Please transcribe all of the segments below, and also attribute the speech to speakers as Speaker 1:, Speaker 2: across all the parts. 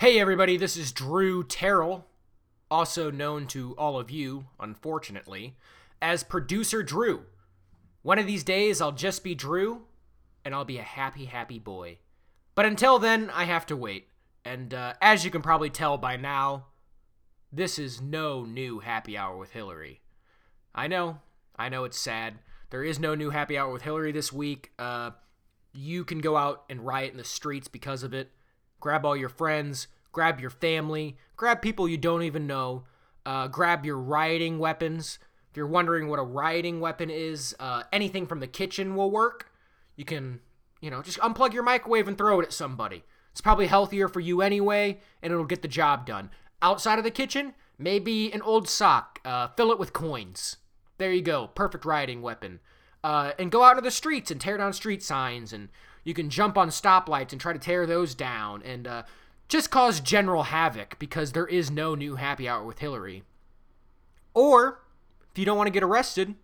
Speaker 1: Hey, everybody, this is Drew Terrell, also known to all of you, unfortunately, as Producer Drew. One of these days, I'll just be Drew, and I'll be a happy, happy boy. But until then, I have to wait. And uh, as you can probably tell by now, this is no new happy hour with Hillary. I know, I know it's sad. There is no new happy hour with Hillary this week. Uh, you can go out and riot in the streets because of it. Grab all your friends, grab your family, grab people you don't even know, uh, grab your rioting weapons. If you're wondering what a rioting weapon is, uh, anything from the kitchen will work. You can, you know, just unplug your microwave and throw it at somebody. It's probably healthier for you anyway, and it'll get the job done. Outside of the kitchen, maybe an old sock. Uh, fill it with coins. There you go. Perfect rioting weapon. Uh, and go out into the streets and tear down street signs, and you can jump on stoplights and try to tear those down, and uh, just cause general havoc because there is no new happy hour with Hillary. Or, if you don't want to get arrested,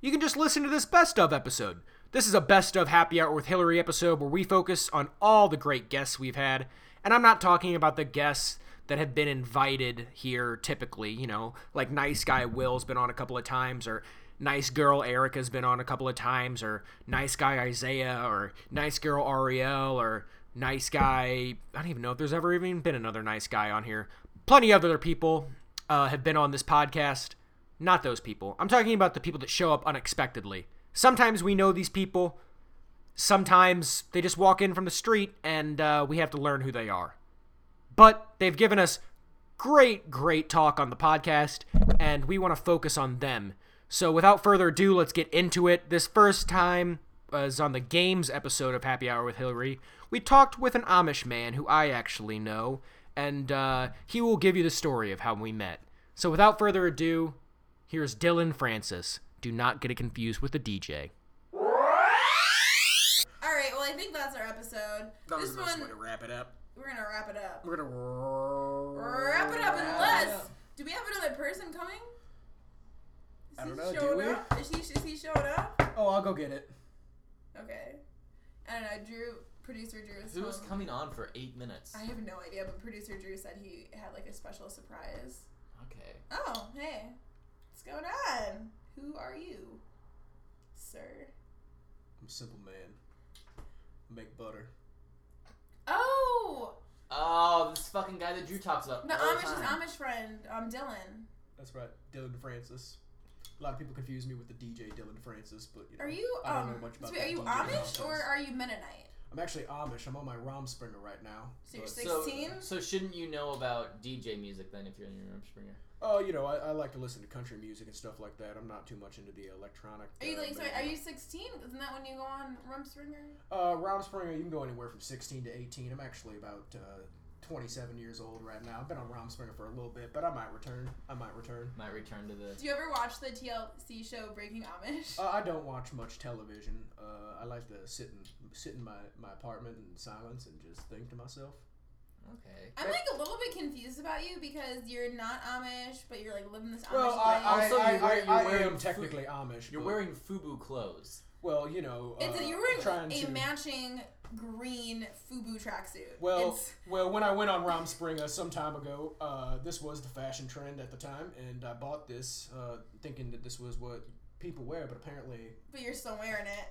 Speaker 1: you can just listen to this best of episode. This is a best of happy hour with Hillary episode where we focus on all the great guests we've had. And I'm not talking about the guests that have been invited here typically, you know, like nice guy Will's been on a couple of times or nice girl Erica's been on a couple of times or nice guy Isaiah or nice girl Ariel or nice guy I don't even know if there's ever even been another nice guy on here. Plenty of other people uh, have been on this podcast not those people. I'm talking about the people that show up unexpectedly. Sometimes we know these people. Sometimes they just walk in from the street and uh, we have to learn who they are. But they've given us great, great talk on the podcast, and we want to focus on them. So without further ado, let's get into it. This first time was on the games episode of Happy Hour with Hillary. We talked with an Amish man who I actually know, and uh, he will give you the story of how we met. So without further ado, Here's Dylan Francis. Do not get it confused with the DJ.
Speaker 2: All right. Well, I think that's our episode. this one,
Speaker 1: wrap it up.
Speaker 2: we're gonna wrap it up.
Speaker 1: We're gonna
Speaker 2: Wrap it up, unless do we have another person coming? Is
Speaker 3: I don't
Speaker 2: he
Speaker 3: know, do
Speaker 2: showed
Speaker 3: we?
Speaker 2: up? Is he is he showed up?
Speaker 1: Oh, I'll go get it.
Speaker 2: Okay. I don't know. Drew, producer Drew is
Speaker 3: Who was
Speaker 2: home.
Speaker 3: coming on for eight minutes?
Speaker 2: I have no idea, but producer Drew said he had like a special surprise.
Speaker 3: Okay.
Speaker 2: Oh, hey, what's going on? Who are you, sir?
Speaker 4: I'm a simple man. I make butter.
Speaker 2: Oh,
Speaker 3: Oh, this fucking guy that Drew talks about.
Speaker 2: the
Speaker 3: all
Speaker 2: Amish
Speaker 3: time.
Speaker 2: Amish friend, um, Dylan.
Speaker 4: That's right, Dylan Francis. A lot of people confuse me with the DJ Dylan Francis, but you know,
Speaker 2: Are you
Speaker 4: I don't
Speaker 2: um?
Speaker 4: know much about
Speaker 2: so wait, are
Speaker 4: that
Speaker 2: you
Speaker 4: DJ
Speaker 2: Amish
Speaker 4: nonsense.
Speaker 2: or are you Mennonite?
Speaker 4: I'm actually Amish. I'm on my Romspringer right now.
Speaker 2: So you're
Speaker 4: but-
Speaker 2: six- 16?
Speaker 3: So, so shouldn't you know about DJ music then if you're in your room springer?
Speaker 4: Oh, you know, I, I like to listen to country music and stuff like that. I'm not too much into the electronic.
Speaker 2: Are you
Speaker 4: uh,
Speaker 2: like sorry?
Speaker 4: but-
Speaker 2: Are you 16? Isn't that when you go on Rumspringer?
Speaker 4: Uh, Romspringer, you can go anywhere from 16 to 18. I'm actually about uh, 27 years old right now. I've been on Romspringer for a little bit, but I might return. I might return.
Speaker 3: Might return to the.
Speaker 2: Do you ever watch the TLC show Breaking Amish?
Speaker 4: Uh, I don't watch much television. Uh, I like to sit in sit in my, my apartment in silence and just think to myself.
Speaker 3: Okay.
Speaker 2: I'm like a little bit confused about you because you're not Amish, but you're like living this Amish
Speaker 4: Well,
Speaker 2: life.
Speaker 4: I,
Speaker 3: Also,
Speaker 4: I,
Speaker 3: you're wearing-
Speaker 4: I, I,
Speaker 3: you're wearing
Speaker 4: am
Speaker 3: food.
Speaker 4: technically Amish.
Speaker 3: You're
Speaker 4: but-
Speaker 3: wearing FUBU clothes.
Speaker 4: Well, you know. Uh,
Speaker 2: it's, you're wearing
Speaker 4: trying
Speaker 2: a
Speaker 4: to,
Speaker 2: matching green FUBU tracksuit.
Speaker 4: Well,
Speaker 2: it's,
Speaker 4: well, when I went on Romspringa some time ago, uh, this was the fashion trend at the time, and I bought this uh, thinking that this was what people wear, but apparently,
Speaker 2: but you're still wearing it.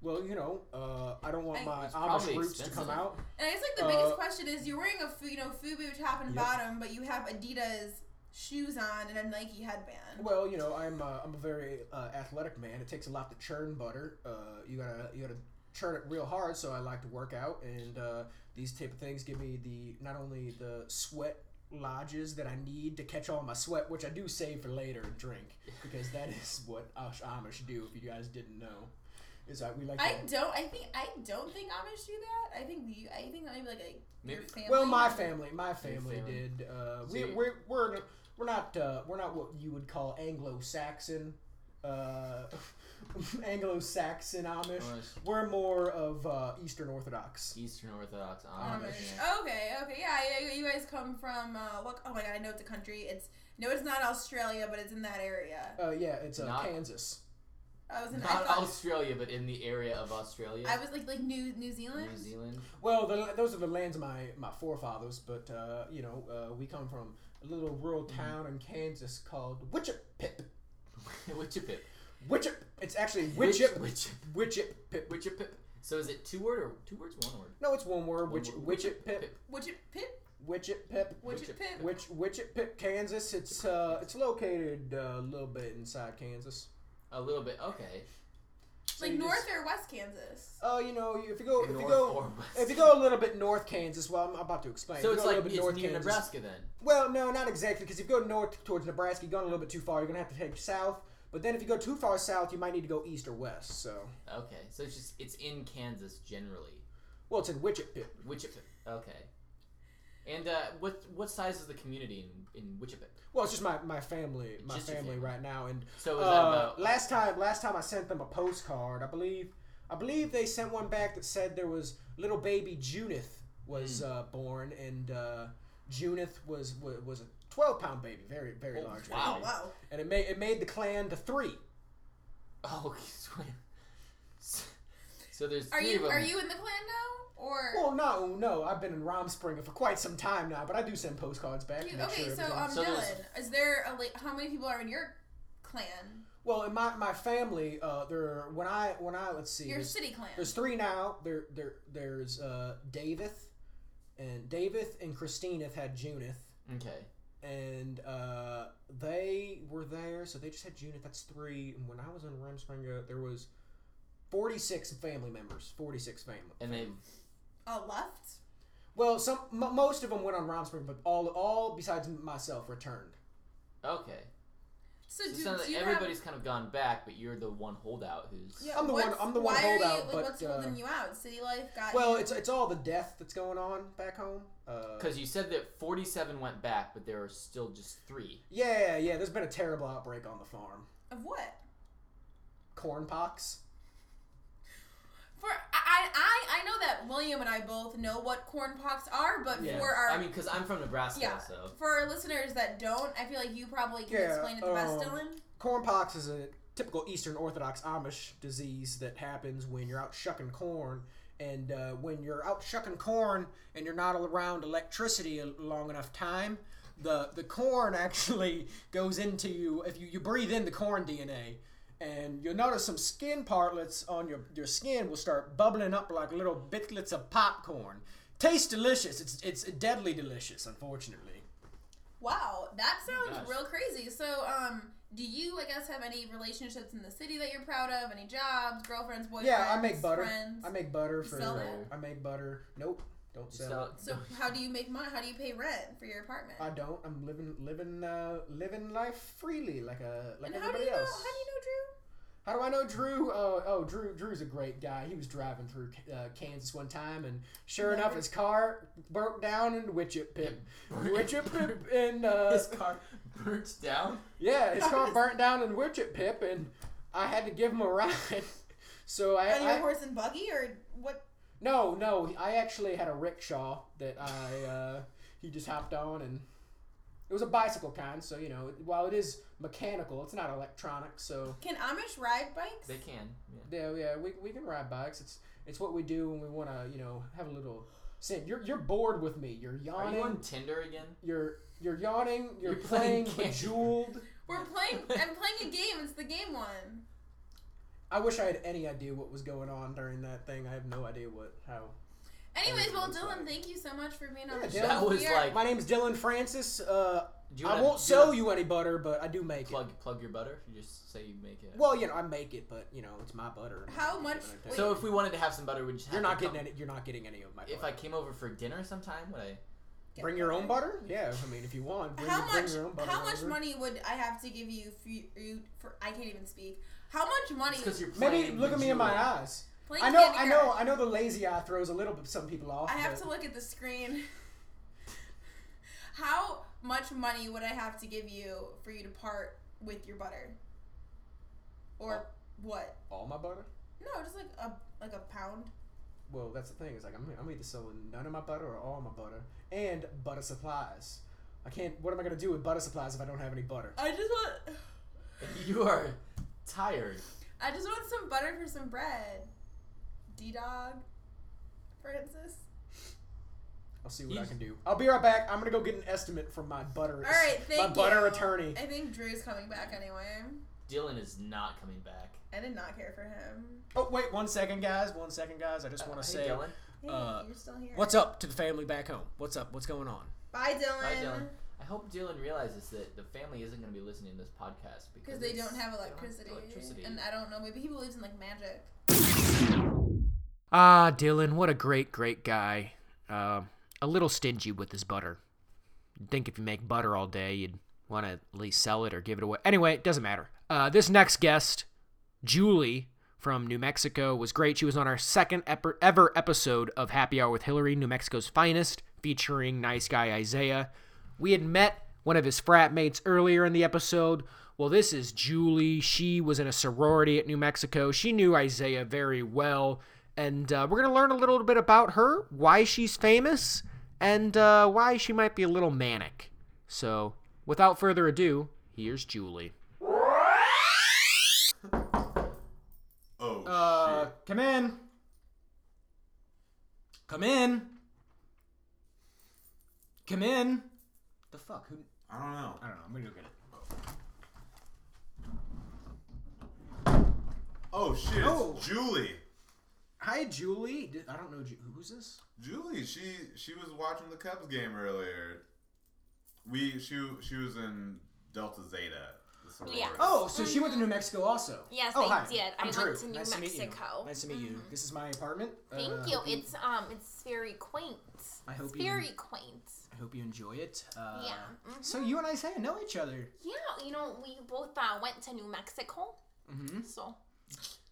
Speaker 4: well, you know, uh, I don't want
Speaker 2: I-
Speaker 4: my
Speaker 3: It's
Speaker 4: Amish
Speaker 3: probably
Speaker 4: roots to
Speaker 3: expensive.
Speaker 4: come out.
Speaker 2: And I guess like the
Speaker 4: Uh,
Speaker 2: biggest question is you're wearing a fu- you know FUBU top and
Speaker 4: Yep.
Speaker 2: bottom, but you have Adidas shoes on and a Nike headband.
Speaker 4: Well, you know, I'm uh, I'm a very uh, athletic man. It takes a lot to churn butter. Uh, you gotta you gotta churn it real hard. So I like to work out, and uh, these type of things give me the not only the sweat lodges that I need to catch all my sweat, which I do save for later and drink because that is what us Amish do. If you guys didn't know, is that we like.
Speaker 2: I
Speaker 4: to,
Speaker 2: don't. I think I don't think Amish do that. I think you. I think maybe like a your
Speaker 3: Maybe-
Speaker 2: family.
Speaker 4: well, my family, my family,
Speaker 3: family.
Speaker 4: did. Uh,
Speaker 3: So
Speaker 4: we,
Speaker 3: you-
Speaker 4: we're we're we're not uh, we're not what you would call Anglo-Saxon, uh, Anglo-Saxon Amish.
Speaker 3: Amish.
Speaker 4: We're more of uh, Eastern Orthodox.
Speaker 3: Eastern Orthodox
Speaker 2: Oh,
Speaker 3: Amish.
Speaker 2: Amish.
Speaker 3: yeah.
Speaker 2: Okay. Okay. Yeah. yeah, You guys come from. Uh, look. Oh my God. I know it's a country. It's no. It's not Australia, but it's in that area.
Speaker 4: Uh, yeah, it's uh,
Speaker 3: Not-
Speaker 4: Kansas.
Speaker 2: I was in. Oh, I,
Speaker 3: Not
Speaker 2: thought,
Speaker 3: Australia, but in the area of Australia.
Speaker 2: I was like like New New Zealand.
Speaker 3: New Zealand.
Speaker 4: Well, the, those are the lands of my, my forefathers, but, uh, you know, uh, we come from a little rural town in Kansas called Wichip.
Speaker 3: Wichipip.
Speaker 4: Wichip. It's actually
Speaker 3: Witch-
Speaker 4: Wichip.
Speaker 3: Wichip.
Speaker 4: Wichip Pip.
Speaker 3: Wichipip. So is it two word or two words, one word?
Speaker 4: No, it's one word. Witch,
Speaker 3: One word.
Speaker 4: Wichip Pip.
Speaker 2: Which it pip?
Speaker 4: Wichip Pip.
Speaker 2: Which it
Speaker 3: Widget
Speaker 2: pip?
Speaker 4: Which Wichip Pip, Kansas. It's uh, it's located uh, a little bit inside Kansas.
Speaker 3: A little bit. Okay.
Speaker 4: So
Speaker 2: Like
Speaker 4: you
Speaker 2: North
Speaker 4: just-
Speaker 2: or West Kansas?
Speaker 4: Oh, you know, if you go, if you
Speaker 3: North
Speaker 4: go,
Speaker 3: or west.
Speaker 4: if you go a little bit north Kansas. Well, I'm about to explain.
Speaker 3: so
Speaker 4: If
Speaker 3: it's
Speaker 4: you go a
Speaker 3: like
Speaker 4: little
Speaker 3: it's
Speaker 4: bit
Speaker 3: near
Speaker 4: north Kansas.
Speaker 3: Nebraska then.
Speaker 4: Well, no, not exactly, because if you go north towards Nebraska, you're going a little bit too far. You're gonna have to head south. But then if you go too far south, you might need to go east or west. So,
Speaker 3: Okay. So it's just it's in Kansas generally.
Speaker 4: well, it's in Wichip Pip.
Speaker 3: Wichipip. Okay. And uh, what what size is the community in in Wichipip?
Speaker 4: Well, it's just my, my family, my
Speaker 3: Just your
Speaker 4: family
Speaker 3: family.
Speaker 4: right now, and
Speaker 3: So is that
Speaker 4: Uh,
Speaker 3: about
Speaker 4: last time, last time I sent them a postcard. I believe, I believe they sent one back that said there was little baby Junith was
Speaker 3: Hmm.
Speaker 4: uh, born, and uh, Junith was was, was a twelve pound baby, very very
Speaker 3: Oh,
Speaker 4: large,
Speaker 3: wow.
Speaker 2: Oh, wow.
Speaker 4: and it made it made the clan to three.
Speaker 3: oh okay, so- so- So there's
Speaker 2: Are
Speaker 3: three of
Speaker 2: you
Speaker 3: them.
Speaker 2: are you in the clan now or?
Speaker 4: Well, no, no, I've been in Romspring for quite some time now, but I do send postcards back. to
Speaker 2: You-
Speaker 4: make
Speaker 2: okay,
Speaker 4: sure
Speaker 2: so
Speaker 4: everything-
Speaker 2: um,
Speaker 3: So
Speaker 2: Dylan,
Speaker 3: there's-
Speaker 2: is there a la- how many people are in your clan?
Speaker 4: well, in my my family, uh, there when I when I let's see,
Speaker 2: Your
Speaker 4: there's-
Speaker 2: city clan.
Speaker 4: There's three now. There, there, there's uh, Davith, and Davith and Christineth had Junith,
Speaker 3: Okay.
Speaker 4: and uh, they were there, so they just had Junith. That's three. And when I was in Remspringa, there was 46 family members. 46 family.
Speaker 3: And they
Speaker 2: All left.
Speaker 4: Well, some m- most of them went on Romspring, but all, all besides myself returned.
Speaker 3: okay.
Speaker 2: So,
Speaker 3: So it
Speaker 2: do,
Speaker 3: sounds
Speaker 2: do
Speaker 3: like
Speaker 2: you
Speaker 3: everybody's kind of gone back, but you're the one holdout who's
Speaker 2: have?
Speaker 4: I'm the one-
Speaker 2: what's-
Speaker 4: I'm the one
Speaker 2: why are you-
Speaker 4: holdout,
Speaker 2: like,
Speaker 4: but,
Speaker 2: what's
Speaker 4: uh,
Speaker 2: holding you out? City life got.
Speaker 4: Well,
Speaker 2: you?
Speaker 4: it's it's all the death that's going on back home. Uh,
Speaker 3: because you said that 47 went back, but there are still just three.
Speaker 4: yeah, yeah. There's been a terrible outbreak on the farm.
Speaker 2: of what?
Speaker 4: Cornpox.
Speaker 2: For I, I I know that William and I both know what cornpox are, but
Speaker 4: Yeah.
Speaker 2: for our
Speaker 3: I mean, because I'm from Nebraska,
Speaker 2: Yeah.
Speaker 3: so
Speaker 2: for our listeners that don't, I feel like you probably can
Speaker 4: Yeah,
Speaker 2: explain it the best,
Speaker 4: um,
Speaker 2: Dylan.
Speaker 4: Cornpox is a typical Eastern Orthodox Amish disease that happens when you're out shucking corn. And uh, when you're out shucking corn and you're not around electricity a long enough time, the, the corn actually goes into you. If you, you breathe in the corn DNA, and you'll notice some skin partlets on your, your skin will start bubbling up like little bitlets of popcorn. Tastes delicious. It's, it's deadly delicious, unfortunately.
Speaker 2: Wow, that sounds
Speaker 3: Gosh.
Speaker 2: real crazy. So, um, do you, I guess, have any relationships in the city that you're proud of? Any jobs, girlfriends, boyfriends?
Speaker 4: Yeah, I make butter.
Speaker 2: Friends?
Speaker 4: I make butter
Speaker 2: You
Speaker 4: for.
Speaker 2: sell
Speaker 3: it?
Speaker 4: I make butter. Nope, don't
Speaker 3: you
Speaker 4: sell.
Speaker 3: sell
Speaker 4: it.
Speaker 3: it.
Speaker 2: so, how do you make money? How do you pay rent for your apartment?
Speaker 4: I don't. I'm living, living, uh, living life freely, like a like
Speaker 2: and how do
Speaker 4: everybody
Speaker 2: you know?
Speaker 4: else.
Speaker 2: How do you know, Drew?
Speaker 4: How do I know Drew? Oh, oh, Drew. Drew's a great guy. He was driving through uh, Kansas one time, and sure enough, his car broke down in Witchit Pip. Witchit Pip, and uh,
Speaker 3: His car burnt down.
Speaker 4: yeah, his car burnt down in Witchit Pip, and I had to give him a ride. So I,
Speaker 2: On your
Speaker 4: I
Speaker 2: horse and buggy, or what?
Speaker 4: No, no. I actually had a rickshaw that I uh, he just hopped on, and it was a bicycle kind. So you know, while it is mechanical, it's not electronic. So
Speaker 2: Can Amish ride bikes?
Speaker 3: They can. Yeah.
Speaker 4: yeah, yeah, we, we can ride bikes. It's it's what we do when we want to, you know, have a little. Sin. You're you're bored with me. You're
Speaker 3: Are
Speaker 4: yawning.
Speaker 3: you
Speaker 4: You
Speaker 3: on Tinder again?
Speaker 4: are you're yawning. You're,
Speaker 3: You're
Speaker 4: playing,
Speaker 3: playing Candy-
Speaker 4: Bejeweled.
Speaker 2: We're playing. I'm playing a game. It's the game one.
Speaker 4: I wish I had any idea what was going on during that thing. I have no idea what how.
Speaker 2: Anyways, well,
Speaker 4: That's
Speaker 2: Dylan,
Speaker 4: right.
Speaker 2: thank you so much for being on
Speaker 4: Yeah,
Speaker 2: the
Speaker 4: Dylan.
Speaker 2: show.
Speaker 4: That
Speaker 3: was
Speaker 2: We are-
Speaker 3: like-
Speaker 4: My name's Dylan Francis. Uh,
Speaker 3: Do
Speaker 4: I
Speaker 3: wanna
Speaker 4: won't
Speaker 3: do
Speaker 4: sell
Speaker 3: wanna
Speaker 4: you any butter, but I do make it.
Speaker 3: Plug plug your butter. You just say you make it.
Speaker 4: Well, you know, I make it, but you know, it's my butter. and
Speaker 2: How
Speaker 4: I
Speaker 2: much-
Speaker 4: give it a
Speaker 2: wait.
Speaker 4: taste.
Speaker 3: so if we wanted to have some butter, we just have
Speaker 4: you're
Speaker 3: to
Speaker 4: not getting
Speaker 3: come-
Speaker 4: any, you're not getting any of my.
Speaker 3: If
Speaker 4: butter.
Speaker 3: I came over for dinner sometime, would I?
Speaker 4: bring your own butter, yeah. I mean, if you want, bring,
Speaker 2: how
Speaker 4: your- bring
Speaker 2: much?
Speaker 4: your own butter.
Speaker 2: How much
Speaker 4: over.
Speaker 2: money would I have to give you for, you for? I can't even speak. How much money?
Speaker 3: Because you're
Speaker 4: Maybe
Speaker 3: playing
Speaker 4: look at me in my
Speaker 3: Bejeweled.
Speaker 4: eyes.
Speaker 2: Playing
Speaker 4: I know,
Speaker 2: Candy
Speaker 4: I
Speaker 2: Crush.
Speaker 4: know, I know. The lazy eye throws a little bit some people off.
Speaker 2: I have to
Speaker 4: but
Speaker 2: look at the screen. How much money would I have to give you for you to part with your butter? Or what?
Speaker 4: all my butter.
Speaker 2: No, just like a like a pound.
Speaker 4: Well, that's the thing. Is like I'm, I'm either selling none of my butter or all my butter and butter supplies. I can't. What am I gonna do with butter supplies if I don't have any butter?
Speaker 2: I just want.
Speaker 3: You are tired.
Speaker 5: I just want some butter for some bread. D Dog, Francis.
Speaker 4: I'll see what I
Speaker 3: He's-
Speaker 4: can do. I'll be right back. I'm gonna go get an estimate from my butter.
Speaker 5: All right, thank
Speaker 4: my butter
Speaker 5: you.
Speaker 4: attorney.
Speaker 5: I think Drew's coming back anyway.
Speaker 3: Dylan is not coming back.
Speaker 5: I did not care for him.
Speaker 4: Oh wait, one second, guys. One second, guys. I just want
Speaker 3: Uh,
Speaker 4: to
Speaker 3: hey,
Speaker 4: say,
Speaker 3: Dylan.
Speaker 5: Hey,
Speaker 4: Uh,
Speaker 5: you're still here.
Speaker 4: what's up to the family back home? What's up? What's going on?
Speaker 5: Bye, Dylan.
Speaker 3: Bye, Dylan. I hope Dylan realizes that the family isn't going to be listening to this podcast because
Speaker 5: Because they
Speaker 3: it's-
Speaker 5: don't have
Speaker 3: they don't
Speaker 5: electricity.
Speaker 3: electricity.
Speaker 5: And I don't know, maybe he believes in like magic.
Speaker 1: Ah, Dylan, what a great, great guy. Um, a little stingy with his butter. You'd think if you make butter all day, you'd want to at least sell it or give it away. Anyway, it doesn't matter. Uh, this next guest, Julie from New Mexico, was great. She was on our second ep- ever episode of Happy Hour with Hillary, New Mexico's Finest, featuring nice guy Isaiah. We had met one of his frat mates earlier in the episode. Well, this is Julie. She was in a sorority at New Mexico. She knew Isaiah very well. And uh, we're going to learn a little bit about her, why she's famous, and uh, why she might be a little manic. So, without further ado, here's Julie.
Speaker 6: Oh
Speaker 4: Uh, come in. Come in. Come in. The fuck? Who?
Speaker 6: I don't know.
Speaker 4: I don't know. I'm gonna go get it.
Speaker 6: Oh shit! It's
Speaker 4: Oh.
Speaker 6: Julie.
Speaker 4: Hi, Julie. Di- I don't know Ju- who's this.
Speaker 6: Julie, she she was watching the Cubs game earlier. We she she was in Delta Zeta. The sorority.
Speaker 2: Yeah.
Speaker 4: Oh, so she went to New Mexico also.
Speaker 2: Mm-hmm. Yes,
Speaker 4: oh,
Speaker 2: I
Speaker 4: hi.
Speaker 2: did. I
Speaker 4: I'm
Speaker 2: went
Speaker 4: Drew.
Speaker 2: to New
Speaker 4: nice To meet
Speaker 2: Mexico. Mm-hmm.
Speaker 4: you. Nice to meet you. This is my apartment.
Speaker 2: Thank
Speaker 4: Uh,
Speaker 2: you.
Speaker 4: hope
Speaker 2: It's um, it's very quaint.
Speaker 4: I hope
Speaker 2: it's
Speaker 4: you-
Speaker 2: very quaint.
Speaker 4: I hope you enjoy it. Uh,
Speaker 2: Yeah, mhm.
Speaker 4: So you and Isaiah know each other.
Speaker 2: Yeah, you know, we both uh, went to New Mexico,
Speaker 4: Mm-hmm.
Speaker 2: so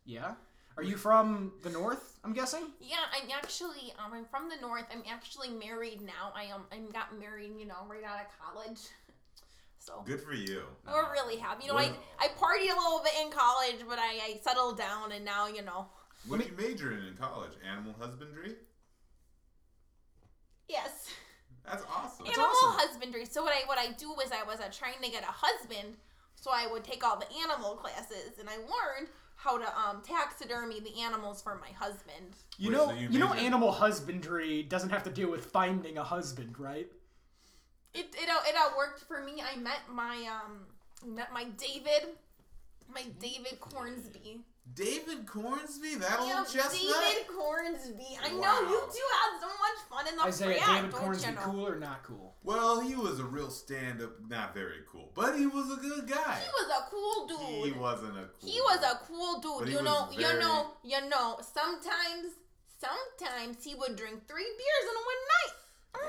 Speaker 4: Yeah. Are you from the north? I'm guessing.
Speaker 2: yeah. I'm actually um, I'm from the north. I'm actually married now. I um, I got married, you know, right out of college. So
Speaker 6: Good for you.
Speaker 2: we're really happy. You know, I I partied a little bit in college, but I, I settled down, and now you know,
Speaker 6: What did you major in in college? Animal husbandry.
Speaker 2: yes.
Speaker 6: That's awesome.
Speaker 2: animal
Speaker 4: awesome.
Speaker 2: husbandry. So what I what I do was I was uh, trying to get a husband, so I would take all the animal classes, and I learned how to um, taxidermy the animals for my husband.
Speaker 4: You
Speaker 6: Wait,
Speaker 4: know,
Speaker 6: so you
Speaker 4: you, know,
Speaker 6: made it.
Speaker 4: animal husbandry doesn't have to deal with finding a husband, right?
Speaker 2: It it all, it all worked for me. I met my um met my David, my David Cornsby.
Speaker 6: David Cornsby, that old
Speaker 2: Yeah,
Speaker 6: chestnut.
Speaker 2: David Cornsby. I
Speaker 6: Oh, Wow.
Speaker 2: know you two have so much fun in the
Speaker 4: Isaiah,
Speaker 2: frat,
Speaker 4: David
Speaker 2: don't you
Speaker 4: Cornsby,
Speaker 2: know?
Speaker 4: cool or not cool?
Speaker 6: Well, he was a real stand-up, not very cool, but he was a good guy.
Speaker 2: He was a cool dude.
Speaker 6: He wasn't a cool.
Speaker 2: He was
Speaker 6: guy.
Speaker 2: a cool dude.
Speaker 6: But he
Speaker 2: you
Speaker 6: was
Speaker 2: know,
Speaker 6: very-
Speaker 2: you know, you know. Sometimes, sometimes he would drink three beers in one night.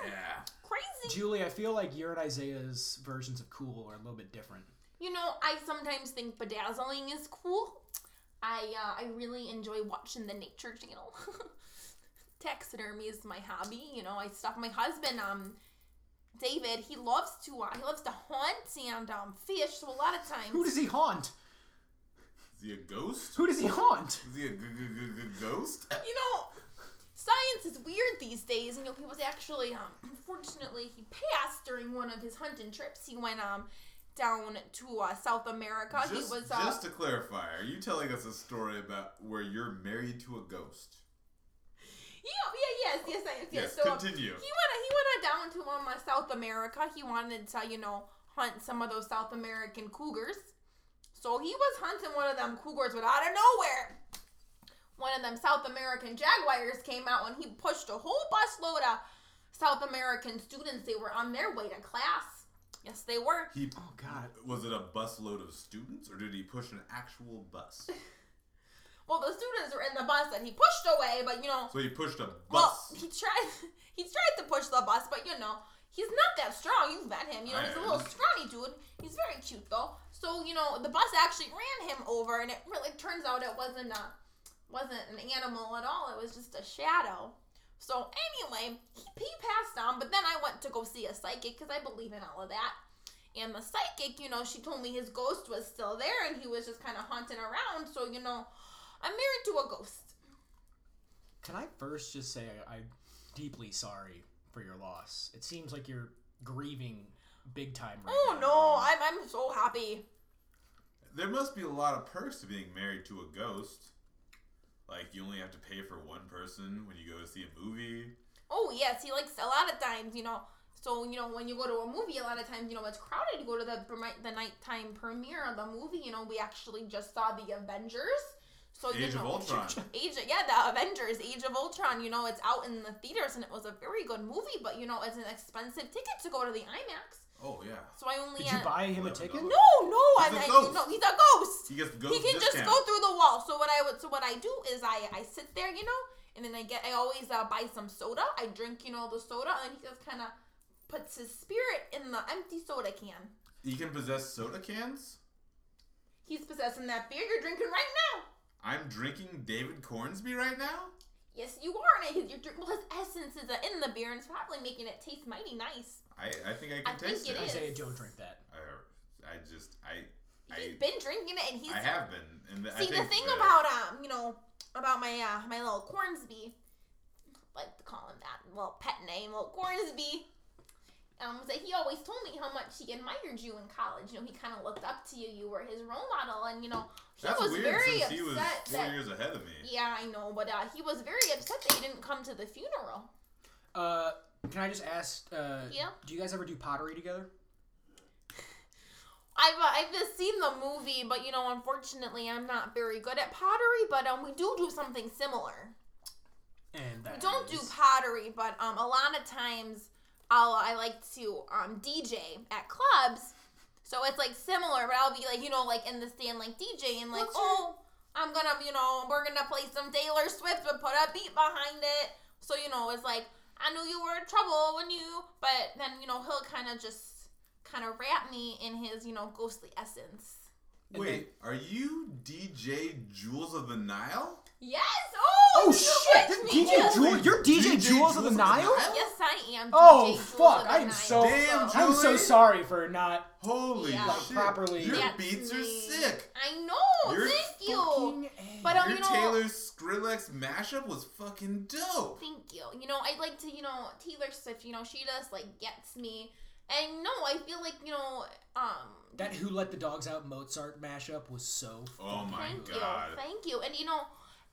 Speaker 2: Mm,
Speaker 6: Yeah.
Speaker 2: Crazy.
Speaker 4: Julie, I feel like your and Isaiah's versions of cool are a little bit different.
Speaker 2: You know, I sometimes think bedazzling is cool. I uh, I really enjoy watching the Nature Channel. Taxidermy is my hobby. You know, I stuff my husband. Um, David, he loves to uh, he loves to hunt and um fish. So a lot of times,
Speaker 4: Who does he haunt?
Speaker 6: Is he a ghost?
Speaker 4: Who does he haunt?
Speaker 6: Is he a g- g- g- g- ghost?
Speaker 2: you know, science is weird these days. And you know, he was actually, um, unfortunately, he passed during one of his hunting trips. He went um down to uh, South America. he
Speaker 6: just,
Speaker 2: was uh,
Speaker 6: just to clarify, are you telling us a story about where you're married to a ghost?
Speaker 2: oh, yeah, yeah, yes, yes, yes. yes.
Speaker 6: Yes,
Speaker 2: So um, he
Speaker 6: continue.
Speaker 2: went he went down to um uh, South America. He wanted to you know hunt some of those South American cougars. So he was hunting one of them cougars, but out of nowhere, one of them South American jaguars came out and he pushed a whole busload of South American students. They were on their way to class. Yes, they were.
Speaker 6: He
Speaker 4: Oh God.
Speaker 6: was it a busload of students, or did he push an actual bus?
Speaker 2: Well, the students were in the bus that he pushed away, but you know,
Speaker 6: So he pushed a
Speaker 2: well,
Speaker 6: bus.
Speaker 2: he tried he tried to push the bus, but you know, he's not that strong. You've met him, you know, he's a little
Speaker 6: Right.
Speaker 2: scrawny dude. He's very cute though. So you know, the bus actually ran him over, and it really turns out it wasn't a wasn't an animal at all. It was just a shadow. So anyway, he, he passed on, but then I went to go see a psychic because I believe in all of that. And the psychic, you know, she told me his ghost was still there and he was just kind of haunting around. So, you know, I'm married to a ghost.
Speaker 4: Can I first just say I, I'm deeply sorry for your loss. It seems like you're grieving big time. Right
Speaker 2: Oh
Speaker 4: now.
Speaker 2: no, I'm I'm so happy.
Speaker 6: there must be a lot of perks to being married to a ghost. Like you only have to pay for one person when you go to see a movie.
Speaker 2: Oh yes, he likes a lot of times, you know. So you know when you go to a movie, a lot of times you know it's crowded. You go to the premi- the nighttime premiere of the movie. You know we actually just saw the Avengers. So
Speaker 6: Age
Speaker 2: you
Speaker 6: of
Speaker 2: know,
Speaker 6: Ultron.
Speaker 2: Age, yeah, the Avengers, Age of Ultron. You know it's out in the theaters and it was a very good movie, but you know it's an expensive ticket to go to the IMAX.
Speaker 6: Oh yeah,
Speaker 2: So I only
Speaker 4: Did you
Speaker 2: had-
Speaker 4: buy him a
Speaker 6: Eleven
Speaker 4: ticket?
Speaker 6: dollars.
Speaker 2: No, no,
Speaker 6: He's
Speaker 2: I'm
Speaker 6: a
Speaker 2: I,
Speaker 6: ghost.
Speaker 2: no, he's a ghost
Speaker 6: he gets the
Speaker 2: he
Speaker 6: ghost
Speaker 2: can just
Speaker 6: discount.
Speaker 2: go through the wall. So what I would, so what I do is I, I sit there, you know, and then I get, I always uh, buy some soda. I drink, you know, the soda, and he just kind of puts his spirit in the empty soda can.
Speaker 6: you can possess soda cans.
Speaker 2: He's possessing that beer you're drinking right now.
Speaker 6: I'm drinking David Cornsby right now.
Speaker 2: Yes, you are, and I, you're drink, well, his essence is uh, in the beer, and it's probably making it taste mighty nice.
Speaker 6: I, I think I
Speaker 2: I
Speaker 6: can
Speaker 2: think
Speaker 6: taste
Speaker 2: it
Speaker 4: I
Speaker 2: is.
Speaker 4: say don't drink that.
Speaker 6: I, I just I
Speaker 2: He's
Speaker 6: I,
Speaker 2: been drinking it, and he's
Speaker 6: I have been. And I
Speaker 2: see the thing
Speaker 6: think that-
Speaker 2: about um, you know, about my uh, my little Cornsby, like to call him that little pet name, little Cornsby. Um, was that he always told me how much he admired you in college. You know, he kind of looked up to you. You were his role model, and you know, he
Speaker 6: that's
Speaker 2: was
Speaker 6: weird
Speaker 2: very upset
Speaker 6: since he was four
Speaker 2: that.
Speaker 6: years ahead of me.
Speaker 2: Yeah, I know, but uh, he was very upset that you didn't come to the funeral.
Speaker 4: Uh, can I just ask? Uh,
Speaker 2: Yeah.
Speaker 4: Do you guys ever do pottery together?
Speaker 2: I've uh, I've just seen the movie, but you know, unfortunately, I'm not very good at pottery. But um, we do do something similar.
Speaker 4: And that
Speaker 2: don't do
Speaker 4: is-
Speaker 2: pottery, but um, a lot of times I'll I like to um DJ at clubs, so it's like similar, but I'll be like you know like in the stand like DJ and like
Speaker 5: What's your-
Speaker 2: oh I'm gonna you know we're gonna play some Taylor Swift but put a beat behind it, so you know it's like I knew you were in trouble when you, but then you know he'll kind of just kind of wrap me in his you know ghostly essence.
Speaker 4: And
Speaker 6: Wait, are you DJ Jules of the Nile?
Speaker 2: Yes. Oh,
Speaker 4: Oh
Speaker 2: you
Speaker 4: shit!
Speaker 2: catch me.
Speaker 4: DJ
Speaker 2: Yes.
Speaker 4: Jewel, you're DJ,
Speaker 6: DJ
Speaker 4: Jewels of the Nile.
Speaker 2: Yes, I am. DJ
Speaker 4: Oh,
Speaker 2: Jules of
Speaker 4: fuck,
Speaker 2: the
Speaker 4: I am
Speaker 2: Nine.
Speaker 4: so-
Speaker 6: Damn,
Speaker 2: So-
Speaker 4: I'm so
Speaker 6: Julie?
Speaker 4: sorry for not.
Speaker 6: Holy
Speaker 2: Yeah.
Speaker 6: shit!
Speaker 4: Properly-
Speaker 6: your
Speaker 2: That's
Speaker 6: beats are
Speaker 2: me.
Speaker 6: sick.
Speaker 2: I know.
Speaker 6: You're
Speaker 2: thank you.
Speaker 4: fucking A.
Speaker 2: But um,
Speaker 6: your
Speaker 2: you know,
Speaker 6: Taylor Skrillex mashup was fucking dope.
Speaker 2: thank you. You know, I like to, you know, Taylor Swift. You know, she just like gets me. And no, I feel like you know, um,
Speaker 4: that "Who Let the Dogs Out" Mozart mashup was so.
Speaker 6: Oh my
Speaker 2: thank
Speaker 6: god!
Speaker 2: you, thank you. And you know,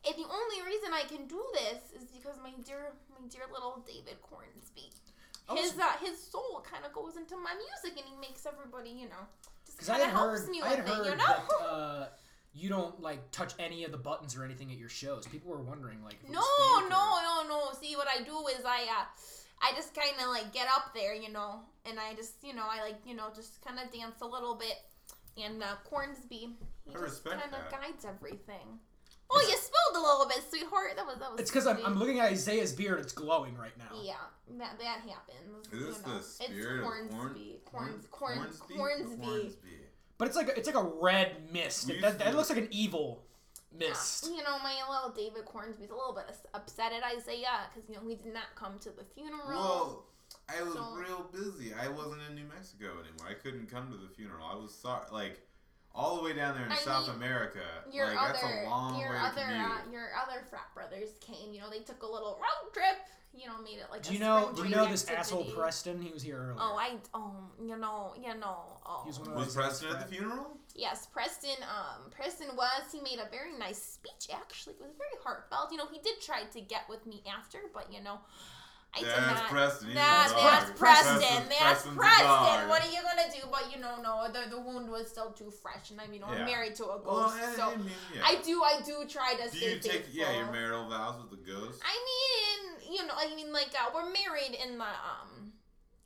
Speaker 2: and the only reason I can do this is because my dear, my dear little David Cornsby,
Speaker 4: I was-
Speaker 2: his uh, his soul kind of goes into my music, and he makes everybody, you know, just
Speaker 4: Because I
Speaker 2: kind of
Speaker 4: had
Speaker 2: helps
Speaker 4: heard,
Speaker 2: me
Speaker 4: I had
Speaker 2: with
Speaker 4: heard
Speaker 2: it, you know.
Speaker 4: that uh, you don't like touch any of the buttons or anything at your shows. People were wondering, like, if it
Speaker 2: No,
Speaker 4: was fake or-
Speaker 2: no, no, no. See, what I do is I, uh, I just kind of like get up there, you know, and I just, you know, I like, you know, just kind of dance a little bit. And uh, Cornsby, he
Speaker 6: I
Speaker 2: just
Speaker 6: respect
Speaker 2: kind
Speaker 6: that.
Speaker 2: of guides everything. Oh, you spilled a little bit, sweetheart. That was that was.
Speaker 4: It's because I'm,
Speaker 2: sweet.
Speaker 4: I'm looking at Isaiah's beard. It's glowing right now.
Speaker 2: Yeah, that that happens.
Speaker 6: Is this
Speaker 2: you know.
Speaker 6: the spirit
Speaker 2: it's
Speaker 6: of
Speaker 2: Cornsby,
Speaker 6: Corn-
Speaker 2: Corns, Corns,
Speaker 6: Cornsby?
Speaker 2: Cornsby.
Speaker 6: Cornsby.
Speaker 4: But it's like a, it's like a red mist.
Speaker 6: We
Speaker 4: It,
Speaker 6: used
Speaker 4: that, that
Speaker 6: to-
Speaker 4: looks like an evil mist.
Speaker 2: Yeah, you know, my little David Cornsby's a little bit us- upset at Isaiah because you know he did not come to the funeral.
Speaker 6: Well, I was
Speaker 2: So-
Speaker 6: real busy. I wasn't in New Mexico anymore. I couldn't come to the funeral. I was sorry. Like, all the way down there in
Speaker 2: I
Speaker 6: South
Speaker 2: mean,
Speaker 6: America.
Speaker 2: your
Speaker 6: like,
Speaker 2: other
Speaker 6: that's a long
Speaker 2: your
Speaker 6: way
Speaker 2: other
Speaker 6: to commute.
Speaker 2: uh, your other frat brothers came. You know, they took a little road trip. You know, made it like.
Speaker 4: Do
Speaker 2: a
Speaker 4: you know?
Speaker 2: spring
Speaker 4: Do you
Speaker 2: break
Speaker 4: know this
Speaker 2: activity.
Speaker 4: asshole Preston? He was here earlier.
Speaker 2: Oh, I oh you know you know oh
Speaker 4: He was one of
Speaker 6: was
Speaker 4: Isaiah's
Speaker 6: Preston at the
Speaker 4: friends.
Speaker 6: funeral?
Speaker 2: yes Preston um Preston was he made a very nice speech actually it was very heartfelt you know he did try to get with me after but you know I did
Speaker 6: that's
Speaker 2: not
Speaker 6: Preston. He's a
Speaker 2: That,
Speaker 6: dog.
Speaker 2: that's Preston.
Speaker 6: Preston's-
Speaker 2: That's
Speaker 6: Preston's a
Speaker 2: Preston.
Speaker 6: dog.
Speaker 2: What are you gonna do? But you know, no, the, the wound was still too fresh, and I mean, I'm
Speaker 6: Yeah.
Speaker 2: married to a
Speaker 6: Well,
Speaker 2: ghost,
Speaker 6: I,
Speaker 2: Oh, so
Speaker 6: I mean, yeah.
Speaker 2: I do, I do try to
Speaker 6: Do
Speaker 2: stay
Speaker 6: you take
Speaker 2: faithful.
Speaker 6: yeah your marital vows with the ghost?
Speaker 2: I mean, you know, I mean, like uh, we're married in the um,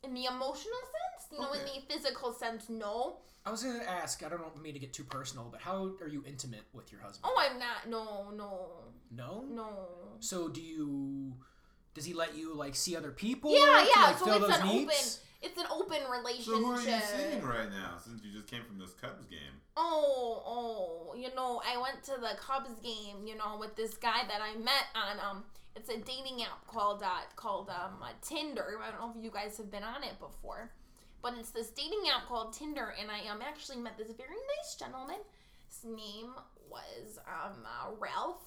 Speaker 2: in the emotional sense, you know, in
Speaker 6: Okay.
Speaker 2: the physical sense, no.
Speaker 4: I was gonna ask. I don't want me to get too personal, but how are you intimate with your husband?
Speaker 2: Oh, I'm not. No, no,
Speaker 4: no.
Speaker 2: no.
Speaker 4: So do you? Does he let you like see other people?
Speaker 2: Yeah,
Speaker 4: to,
Speaker 2: yeah.
Speaker 4: like,
Speaker 2: so
Speaker 4: fill
Speaker 2: it's
Speaker 4: those
Speaker 2: an
Speaker 4: needs?
Speaker 2: open, it's an open relationship.
Speaker 6: so who are you seeing right now? Since you just came from this Cubs game,
Speaker 2: Oh, oh, you know, I went to the Cubs game, you know, with this guy that I met on um it's a dating app called uh called um uh, Tinder. I don't know if you guys have been on it before. But it's this dating app called Tinder and I um actually met this very nice gentleman. His name was um uh, Ralph.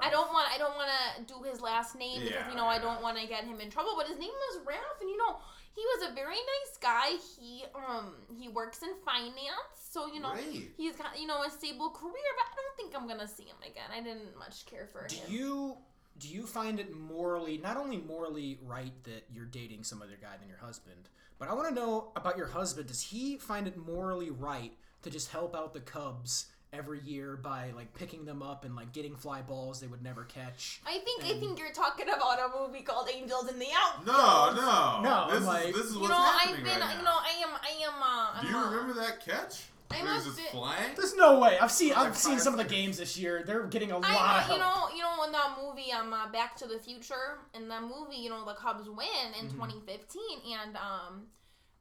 Speaker 2: I don't want I don't want to do his last name because
Speaker 6: Yeah,
Speaker 2: you know I
Speaker 6: yeah.
Speaker 2: don't want to get him in trouble. But his name was Ralph, and you know he was a very nice guy. He um he works in finance, so you know
Speaker 6: Great.
Speaker 2: he's got you know a stable career. But I don't think I'm gonna see him again. I didn't much care for
Speaker 4: Do
Speaker 2: him.
Speaker 4: you do you find it morally not only morally right that you're dating some other guy than your husband, but I want to know about your husband. Does he find it morally right to just help out the Cubs every year by like picking them up and like getting fly balls they would never catch?
Speaker 2: I think I
Speaker 4: And-
Speaker 2: think you're talking about a movie called Angels in the Outfield.
Speaker 6: No, no,
Speaker 4: No,
Speaker 6: This
Speaker 4: I'm
Speaker 6: is
Speaker 4: like-
Speaker 6: this is
Speaker 2: You
Speaker 6: what's
Speaker 2: know, I've
Speaker 6: happening
Speaker 2: been,
Speaker 6: right
Speaker 2: you know,
Speaker 6: now.
Speaker 2: I am, I am, uh,
Speaker 6: Do
Speaker 2: I'm,
Speaker 6: you
Speaker 2: uh,
Speaker 6: remember that catch?
Speaker 2: I
Speaker 6: Where he was
Speaker 2: must
Speaker 6: just
Speaker 2: be-
Speaker 6: flying.
Speaker 4: There's no way. I've seen
Speaker 6: Like
Speaker 4: I've seen
Speaker 6: five
Speaker 4: some of the
Speaker 6: seconds.
Speaker 4: games this year. They're getting a lot.
Speaker 2: I
Speaker 4: of
Speaker 2: know, you
Speaker 4: help.
Speaker 2: know, you know, in that movie, um, uh, Back to the Future, in that movie, you know, the Cubs win in
Speaker 6: Mm-hmm.
Speaker 2: 2015, and um,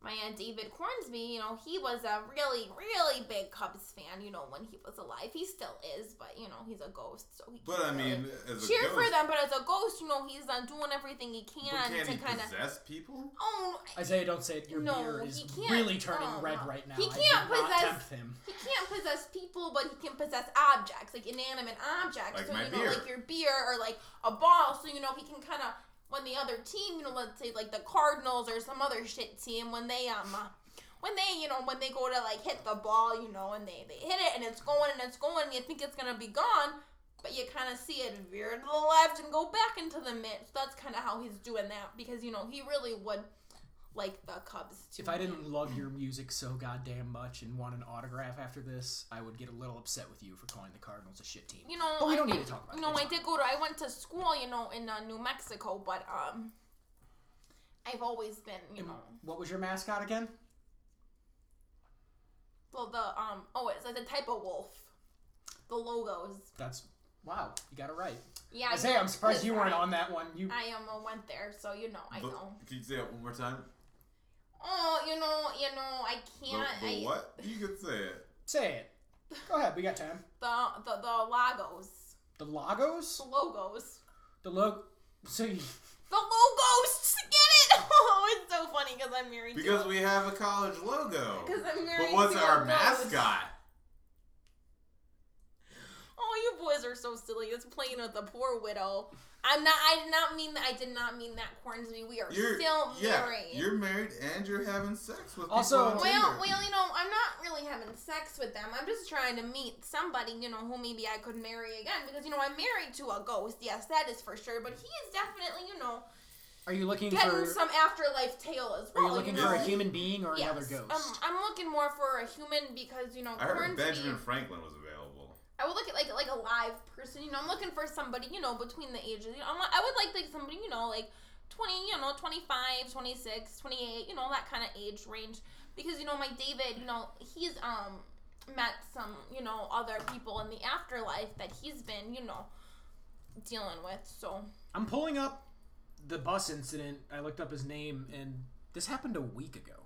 Speaker 2: my aunt David Cornsby, you know, he was a really, really big Cubs fan, you know, when he was alive. He still is, but you know, he's a ghost, so he.
Speaker 6: But I
Speaker 2: can't
Speaker 6: mean,
Speaker 2: really
Speaker 6: as a
Speaker 2: cheer
Speaker 6: ghost,
Speaker 2: for them, but as a ghost, you know, he's not doing everything he
Speaker 6: but
Speaker 2: can
Speaker 6: can
Speaker 2: to
Speaker 6: he
Speaker 2: kind of.
Speaker 6: possess people?
Speaker 2: Oh,
Speaker 4: Isaiah, don't say it. Your
Speaker 2: No,
Speaker 4: beard
Speaker 2: he
Speaker 4: is
Speaker 2: can't.
Speaker 4: really turning
Speaker 2: Oh,
Speaker 4: red
Speaker 2: no.
Speaker 4: right now.
Speaker 2: He
Speaker 4: I
Speaker 2: can't
Speaker 4: did not
Speaker 2: possess-
Speaker 4: tempt him.
Speaker 2: He can't possess people, but he can possess objects, like inanimate objects.
Speaker 6: Like
Speaker 2: so
Speaker 6: my
Speaker 2: you know,
Speaker 6: beer.
Speaker 2: like your beer or like a ball. So you know, he can kind of when the other team, you know, let's say like the Cardinals or some other shit team, when they um, uh, when they you know when they go to like hit the ball, you know, and they they hit it and it's going and it's going, and you think it's gonna be gone, but you kind of see it veer to the left and go back into the midst. That's kind of how he's doing that because you know he really would like the Cubs. To
Speaker 4: If I
Speaker 2: win.
Speaker 4: didn't love your music so goddamn much and want an autograph after this, I would get a little upset with you for calling the Cardinals a shit team.
Speaker 2: you know,
Speaker 4: But Oh, we
Speaker 2: I
Speaker 4: don't need
Speaker 2: did-
Speaker 4: to talk about
Speaker 2: You
Speaker 4: it.
Speaker 2: know,
Speaker 4: It's
Speaker 2: I did go to. I went to school, you know, in uh, New Mexico, but um, I've always been, you know,
Speaker 4: What was your mascot again?
Speaker 2: well, the um, oh, it's like the type of wolf. The logos.
Speaker 4: That's wow, you got it right.
Speaker 2: Yeah, I
Speaker 4: Isaiah, I'm surprised you weren't
Speaker 2: I,
Speaker 4: on that one. You
Speaker 2: I um uh, went there, so you know, I
Speaker 6: The-
Speaker 2: know.
Speaker 6: Can you say it one more time?
Speaker 2: Oh, you know, you know, I
Speaker 6: The,
Speaker 2: can't.
Speaker 6: the
Speaker 2: I,
Speaker 6: what? You can say it.
Speaker 4: say it. Go ahead, we got time.
Speaker 2: The the the logos.
Speaker 4: The Lagos?
Speaker 2: The logos.
Speaker 4: The log so you,
Speaker 2: The logos. Get it? Oh, it's so funny because I'm married.
Speaker 6: Because
Speaker 2: to
Speaker 6: we have a college logo.
Speaker 2: Because I'm married.
Speaker 6: But what's
Speaker 2: to a
Speaker 6: our
Speaker 2: ghost.
Speaker 6: mascot?
Speaker 2: Oh, you boys are so silly. It's playing with the poor widow. I'm not. I did not mean that. I did not mean that, Cornsby. We are
Speaker 6: You're
Speaker 2: still
Speaker 6: yeah,
Speaker 2: married.
Speaker 6: You're married and you're having sex with
Speaker 4: Also-
Speaker 6: people on
Speaker 2: well,
Speaker 6: Tinder.
Speaker 2: well, you know, I'm not really having sex with them. I'm just trying to meet somebody, you know, who maybe I could marry again. Because you know, I'm married to a ghost. Yes, that is for sure. But he is definitely, you know,
Speaker 4: are you looking
Speaker 2: getting
Speaker 4: for
Speaker 2: some afterlife tale as
Speaker 4: are
Speaker 2: well.
Speaker 4: you looking
Speaker 6: you
Speaker 2: Oh, know?
Speaker 4: for a
Speaker 6: know?
Speaker 4: human being or
Speaker 2: Yes.
Speaker 4: another ghost?
Speaker 2: Um, I'm looking more for a human because you know,
Speaker 6: I heard
Speaker 2: Cornsby.
Speaker 6: Benjamin Franklin was available.
Speaker 2: I would look at like like a live person. You know, I'm looking for somebody. You know, between the ages. You know, I'm, I would like like somebody. You know, like 20. You know, 25, 26, 28. You know, that kind of age range. Because you know, my David. You know, he's um met some you know other people in the afterlife that he's been you know dealing with. So
Speaker 4: I'm pulling up the bus incident. I looked up his name and this happened a week ago.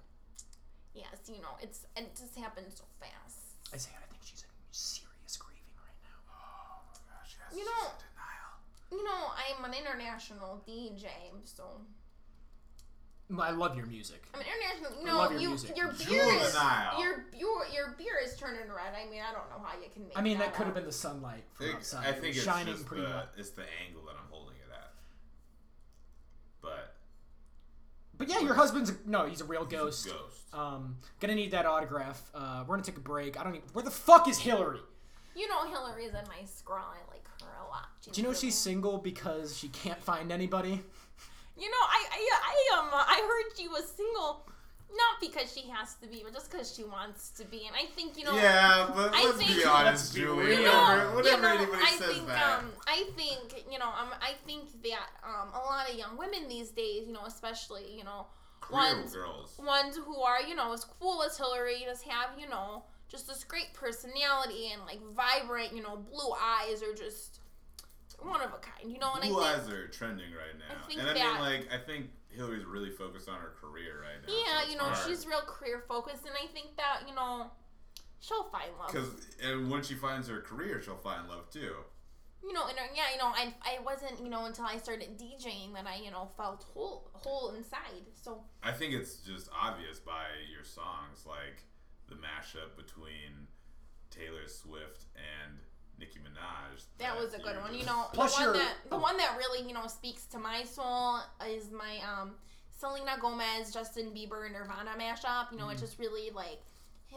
Speaker 2: yes, you know, it's and it just happened so fast.
Speaker 4: Isaiah, I think she's in serious grieving right now.
Speaker 2: You know, you know, I'm an international DJ, so.
Speaker 4: I love your music.
Speaker 2: I mean, international. You
Speaker 4: I
Speaker 2: know,
Speaker 4: love your
Speaker 2: you
Speaker 4: music.
Speaker 2: your
Speaker 6: Jewel
Speaker 2: beer
Speaker 6: of the
Speaker 2: is
Speaker 6: Nile.
Speaker 2: your beer your beer is turning red. I mean, I don't know how you can make.
Speaker 4: I mean, that
Speaker 2: that
Speaker 4: could
Speaker 2: up.
Speaker 4: have been the sunlight
Speaker 6: I
Speaker 4: from
Speaker 6: think,
Speaker 4: outside.
Speaker 6: I
Speaker 4: It
Speaker 6: think
Speaker 4: was
Speaker 6: it's
Speaker 4: shining
Speaker 6: just
Speaker 4: pretty
Speaker 6: the,
Speaker 4: well.
Speaker 6: it's the angle that I'm holding it at. But
Speaker 4: But yeah, your husband's no, he's a real ghost.
Speaker 6: ghost.
Speaker 4: Um, gonna need that autograph. Uh, we're gonna take a break. I don't even. Where the fuck is Hillary?
Speaker 2: You know, Hillary's in my scroll. I like her a lot.
Speaker 4: Do you know she's single because she can't find anybody?
Speaker 2: You know, I I I um I heard she was single, not because she has to be, but just because she wants to be. And I think you know.
Speaker 6: yeah, but
Speaker 2: I
Speaker 6: let's be
Speaker 2: think-
Speaker 6: honest,
Speaker 4: be
Speaker 6: Julie.
Speaker 4: real.
Speaker 2: You know,
Speaker 6: Whatever, whatever
Speaker 2: you know,
Speaker 6: anybody
Speaker 2: I
Speaker 6: says
Speaker 2: think,
Speaker 6: back.
Speaker 2: Um, I think you know. Um, I think that um, a lot of young women these days, you know, especially you know,
Speaker 6: Real
Speaker 2: ones
Speaker 6: girls.
Speaker 2: ones who are, you know, as cool as Hillary, just have, you know, just this great personality and like vibrant, you know, blue eyes are just one of a kind, you know. And
Speaker 6: Blue
Speaker 2: I
Speaker 6: eyes
Speaker 2: think,
Speaker 6: are trending right now,
Speaker 2: think
Speaker 6: and I
Speaker 2: that-
Speaker 6: mean, like, I think Hillary's really focused on her career right now. so
Speaker 2: yeah,
Speaker 6: it's
Speaker 2: you know,
Speaker 6: hard.
Speaker 2: she's real career focused, and I think that, you know, she'll find love.
Speaker 6: Because and when she finds her career, she'll find love too.
Speaker 2: You know, and uh, yeah, you know, I I wasn't, you know, until I started DJing that I, you know, felt whole whole inside. So
Speaker 6: I think it's just obvious by your songs, like the mashup between Taylor Swift and Nicki Minaj.
Speaker 2: That was a good
Speaker 6: you
Speaker 2: one. You
Speaker 6: just-
Speaker 2: know,
Speaker 4: Plus
Speaker 2: the one
Speaker 4: your-
Speaker 2: that the one that really you know speaks to my soul is my um Selena Gomez, Justin Bieber, Nirvana mashup. You know, it just really like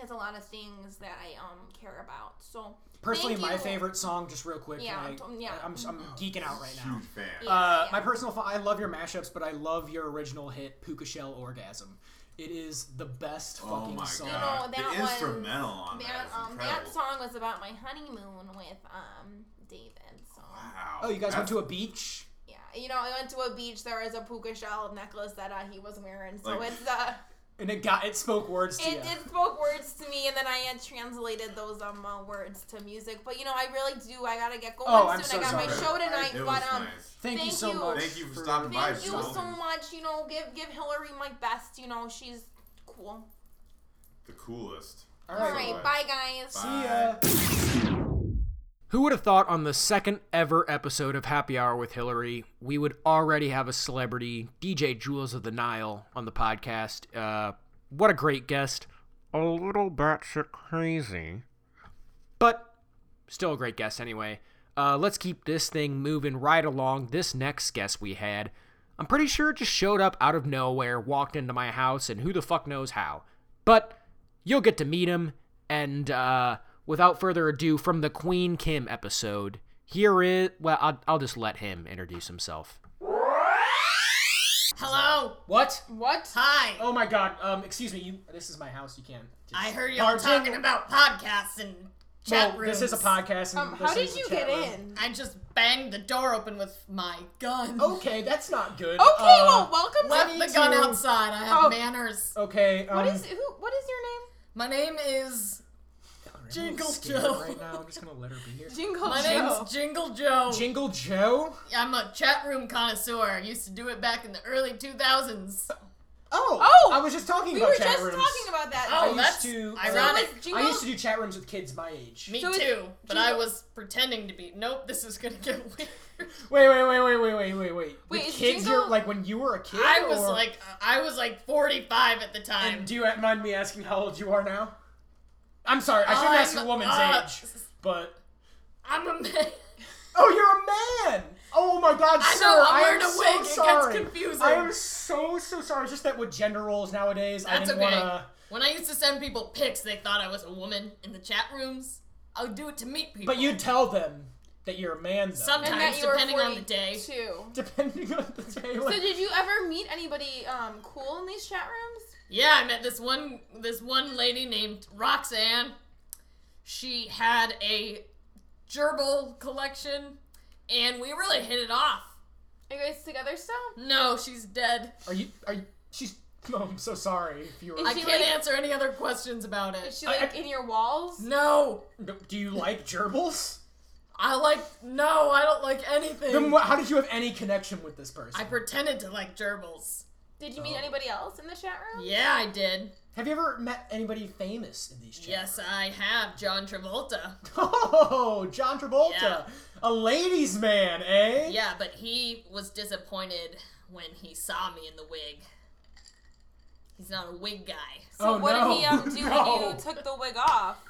Speaker 2: has a lot of things that I um care about. So
Speaker 4: Personally,
Speaker 2: Thank
Speaker 4: my
Speaker 2: you.
Speaker 4: favorite song, just real quick.
Speaker 2: Yeah,
Speaker 4: I,
Speaker 2: t- yeah.
Speaker 4: I'm, I'm
Speaker 6: Oh,
Speaker 4: geeking out right now.
Speaker 6: Huge fan.
Speaker 2: yeah,
Speaker 4: Uh,
Speaker 2: yeah.
Speaker 4: my personal, fa- I love your mashups, but I love your original hit, Puka Shell Orgasm. It is the best
Speaker 6: Oh
Speaker 4: fucking
Speaker 6: my
Speaker 4: song.
Speaker 6: god!
Speaker 2: You know, that
Speaker 6: the
Speaker 2: was-
Speaker 6: instrumental on that
Speaker 2: that,
Speaker 6: is
Speaker 2: um,
Speaker 6: incredible.
Speaker 2: that song was about my honeymoon with um David. So
Speaker 6: Wow.
Speaker 4: Oh, you guys went
Speaker 6: That's-
Speaker 4: to a beach?
Speaker 2: yeah, you know, I went to a beach. There was a puka shell necklace that uh, he was wearing. So
Speaker 6: Like-
Speaker 2: it's uh,
Speaker 4: And it got it spoke words to
Speaker 2: it,
Speaker 4: you.
Speaker 2: it spoke words to me, and then I had translated those um uh, words to music. But you know, I really do. I gotta get going
Speaker 4: Oh, I'm
Speaker 2: soon.
Speaker 4: so
Speaker 2: I got my
Speaker 6: sorry.
Speaker 2: show tonight,
Speaker 6: It was
Speaker 2: but um.
Speaker 6: nice.
Speaker 4: thank, you
Speaker 2: thank
Speaker 4: so
Speaker 2: you.
Speaker 4: much.
Speaker 6: Thank you for stopping by.
Speaker 2: Thank you
Speaker 6: Sheldon.
Speaker 2: so much. You know, give give Hillary my best. You know, she's cool.
Speaker 6: The coolest.
Speaker 4: All
Speaker 2: All
Speaker 4: right.
Speaker 2: right,
Speaker 6: Bye.
Speaker 2: bye guys.
Speaker 4: See
Speaker 6: Bye.
Speaker 4: ya.
Speaker 1: Who would have thought on the second ever episode of Happy Hour with Hillary, we would already have a celebrity, DJ Jules of the Nile, on the podcast? Uh, what a great guest. A little batshit crazy. But still a great guest anyway. Uh, let's keep this thing moving right along. This next guest we had, I'm pretty sure it just showed up out of nowhere, walked into my house, and who the fuck knows how. But you'll get to meet him. And uh, without further ado, from the Queen Kim episode, here is. Well, I'll, I'll just let him introduce himself.
Speaker 7: Hello.
Speaker 4: What?
Speaker 2: What?
Speaker 7: Hi.
Speaker 4: Oh my god. Um, excuse me. You. This is my house. You can't. just-
Speaker 7: I heard y'all
Speaker 4: Barb,
Speaker 7: talking about podcasts and chat
Speaker 4: Well,
Speaker 7: rooms.
Speaker 4: this is a podcast. And
Speaker 2: Um,
Speaker 4: this
Speaker 2: how did
Speaker 4: is a
Speaker 2: you
Speaker 4: chat
Speaker 2: get
Speaker 4: room.
Speaker 2: in?
Speaker 7: I just banged the door open with my gun.
Speaker 4: Okay, that's not good.
Speaker 2: Okay,
Speaker 4: Uh,
Speaker 2: well, welcome
Speaker 7: Left
Speaker 2: to
Speaker 7: the gun
Speaker 4: to-
Speaker 7: outside. I have
Speaker 2: Oh.
Speaker 7: manners.
Speaker 4: Okay. Um,
Speaker 2: What is who? What is your
Speaker 7: My name is Jingle
Speaker 4: scared
Speaker 7: Joe.
Speaker 4: Right now, I'm just gonna let her be here.
Speaker 2: name? Jingle
Speaker 7: My
Speaker 2: Joe.
Speaker 7: name's Jingle Joe.
Speaker 4: Jingle Joe.
Speaker 7: I'm a chat room connoisseur. I used to do it back in the early 2000s.
Speaker 4: Oh,
Speaker 2: Oh!
Speaker 4: I was just talking
Speaker 2: We
Speaker 4: about
Speaker 2: were
Speaker 4: chat
Speaker 2: just
Speaker 4: rooms.
Speaker 2: talking about that.
Speaker 7: Oh,
Speaker 4: I used
Speaker 7: that's
Speaker 4: to.
Speaker 7: ironic.
Speaker 2: So is
Speaker 4: I
Speaker 2: Jingle-
Speaker 4: used to do chat rooms with kids my age.
Speaker 7: Me
Speaker 2: So is
Speaker 7: too. But I
Speaker 2: Jingle-
Speaker 7: was pretending to be. Nope, this is gonna get weird.
Speaker 4: Wait, wait, wait, wait, wait, wait, wait, wait.
Speaker 2: Wait,
Speaker 4: With
Speaker 2: is
Speaker 4: kids,
Speaker 2: Jingle-
Speaker 4: you're like when you were a kid.
Speaker 7: I was
Speaker 4: or-
Speaker 7: like, I was like 45 at the time.
Speaker 4: And do you mind me asking how old you are now? I'm sorry, I shouldn't ask a
Speaker 7: I'm-
Speaker 4: woman's
Speaker 7: uh,
Speaker 4: age, but
Speaker 7: I'm a man.
Speaker 4: oh, you're a man. Oh my God,
Speaker 7: I
Speaker 4: sir,
Speaker 7: know,
Speaker 4: I am
Speaker 7: I'm wearing a wig.
Speaker 4: so
Speaker 7: It gets
Speaker 4: sorry.
Speaker 7: confusing.
Speaker 4: I am so so sorry. It's Just that with gender roles nowadays, I
Speaker 7: That's
Speaker 4: didn't
Speaker 7: okay.
Speaker 4: wanna.
Speaker 7: When I used to send people pics, they thought I was a woman in the chat rooms. I would do it to meet people.
Speaker 4: But you tell them that you're a man, though.
Speaker 7: Sometimes.
Speaker 2: and that you were
Speaker 7: depending on the day.
Speaker 2: 42.
Speaker 4: depending on the day.
Speaker 2: So did you ever meet anybody um, cool in these chat rooms?
Speaker 7: Yeah, I met this one this one lady named Roxanne. She had a gerbil collection, and we really hit it off.
Speaker 2: Are you guys together still?
Speaker 7: No, she's dead.
Speaker 4: Are you? Are you? She's. No, I'm so sorry. If you were,
Speaker 2: Is
Speaker 7: I
Speaker 2: she
Speaker 7: can't
Speaker 2: like-
Speaker 7: answer any other questions about it.
Speaker 2: Is she
Speaker 4: I-
Speaker 2: like
Speaker 4: I-
Speaker 2: in your walls?
Speaker 7: No,
Speaker 4: do you like gerbils?
Speaker 7: I like no, I don't like anything.
Speaker 4: Then wh- how did you have any connection with this person?
Speaker 7: I pretended to like gerbils.
Speaker 2: Did you meet anybody else in the chat room?
Speaker 7: Yeah, I did.
Speaker 4: have you ever met anybody famous in these chats?
Speaker 7: Yes, I have John Travolta.
Speaker 4: Oh, John Travolta,
Speaker 7: Yeah.
Speaker 4: a ladies' man, eh?
Speaker 7: Yeah, but he was disappointed when he saw me in the wig. He's not a wig guy.
Speaker 2: So
Speaker 4: Oh,
Speaker 2: what
Speaker 4: no.
Speaker 2: did he um, do
Speaker 4: No.
Speaker 2: when you took the wig off?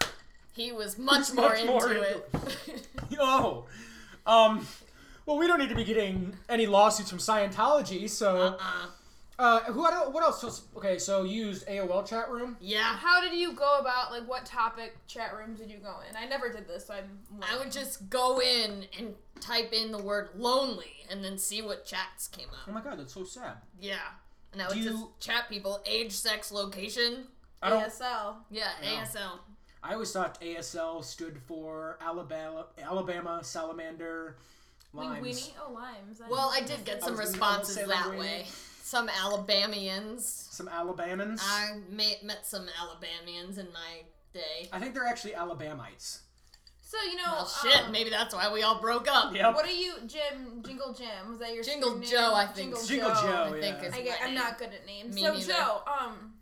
Speaker 7: He was much
Speaker 4: He's
Speaker 7: more
Speaker 4: much
Speaker 7: into
Speaker 4: more
Speaker 7: it.
Speaker 4: Oh, um, well, we don't need to be getting any lawsuits from Scientology. So,
Speaker 7: uh,
Speaker 4: uh, who? I don't, what else? was- Okay, so you used AOL chat room.
Speaker 7: yeah.
Speaker 2: How did you go about like what topic chat room did you go in? I never did this, so I'm.
Speaker 7: I would just go in and type in the word lonely and then see what chats came
Speaker 4: Oh
Speaker 7: up.
Speaker 4: my god, that's so sad.
Speaker 7: Yeah. And I would
Speaker 4: Do
Speaker 7: just
Speaker 4: you-
Speaker 7: chat people age, sex, location.
Speaker 4: I don't.
Speaker 2: ASL.
Speaker 7: Yeah,
Speaker 4: Oh.
Speaker 7: ASL.
Speaker 4: I always thought ASL stood for Alabama, Alabama Salamander Limes.
Speaker 2: Linguini? Oh, limes. I
Speaker 7: Well, I
Speaker 2: didn't
Speaker 7: did
Speaker 2: know
Speaker 7: get
Speaker 2: that.
Speaker 7: some
Speaker 4: was gonna almost
Speaker 7: responses
Speaker 4: say
Speaker 7: that
Speaker 4: linguini.
Speaker 7: way. Some Alabamians.
Speaker 4: Some Alabamans.
Speaker 7: I ma- met some Alabamians in my day.
Speaker 4: I think they're actually Alabamites.
Speaker 2: So you know.
Speaker 7: Well, shit,
Speaker 2: um,
Speaker 7: maybe that's why we all broke up.
Speaker 4: Yep.
Speaker 2: What are you, Jim? Jingle Jim? Was that your
Speaker 7: Jingle
Speaker 2: screen
Speaker 7: Joe,
Speaker 2: name?
Speaker 7: I think.
Speaker 4: Jingle
Speaker 2: Oh,
Speaker 4: Joe.
Speaker 7: I
Speaker 4: yeah.
Speaker 7: think is
Speaker 2: I get,
Speaker 7: my
Speaker 2: I'm
Speaker 7: name.
Speaker 2: not good at names.
Speaker 7: Me
Speaker 2: so
Speaker 7: neither.
Speaker 2: Joe, um,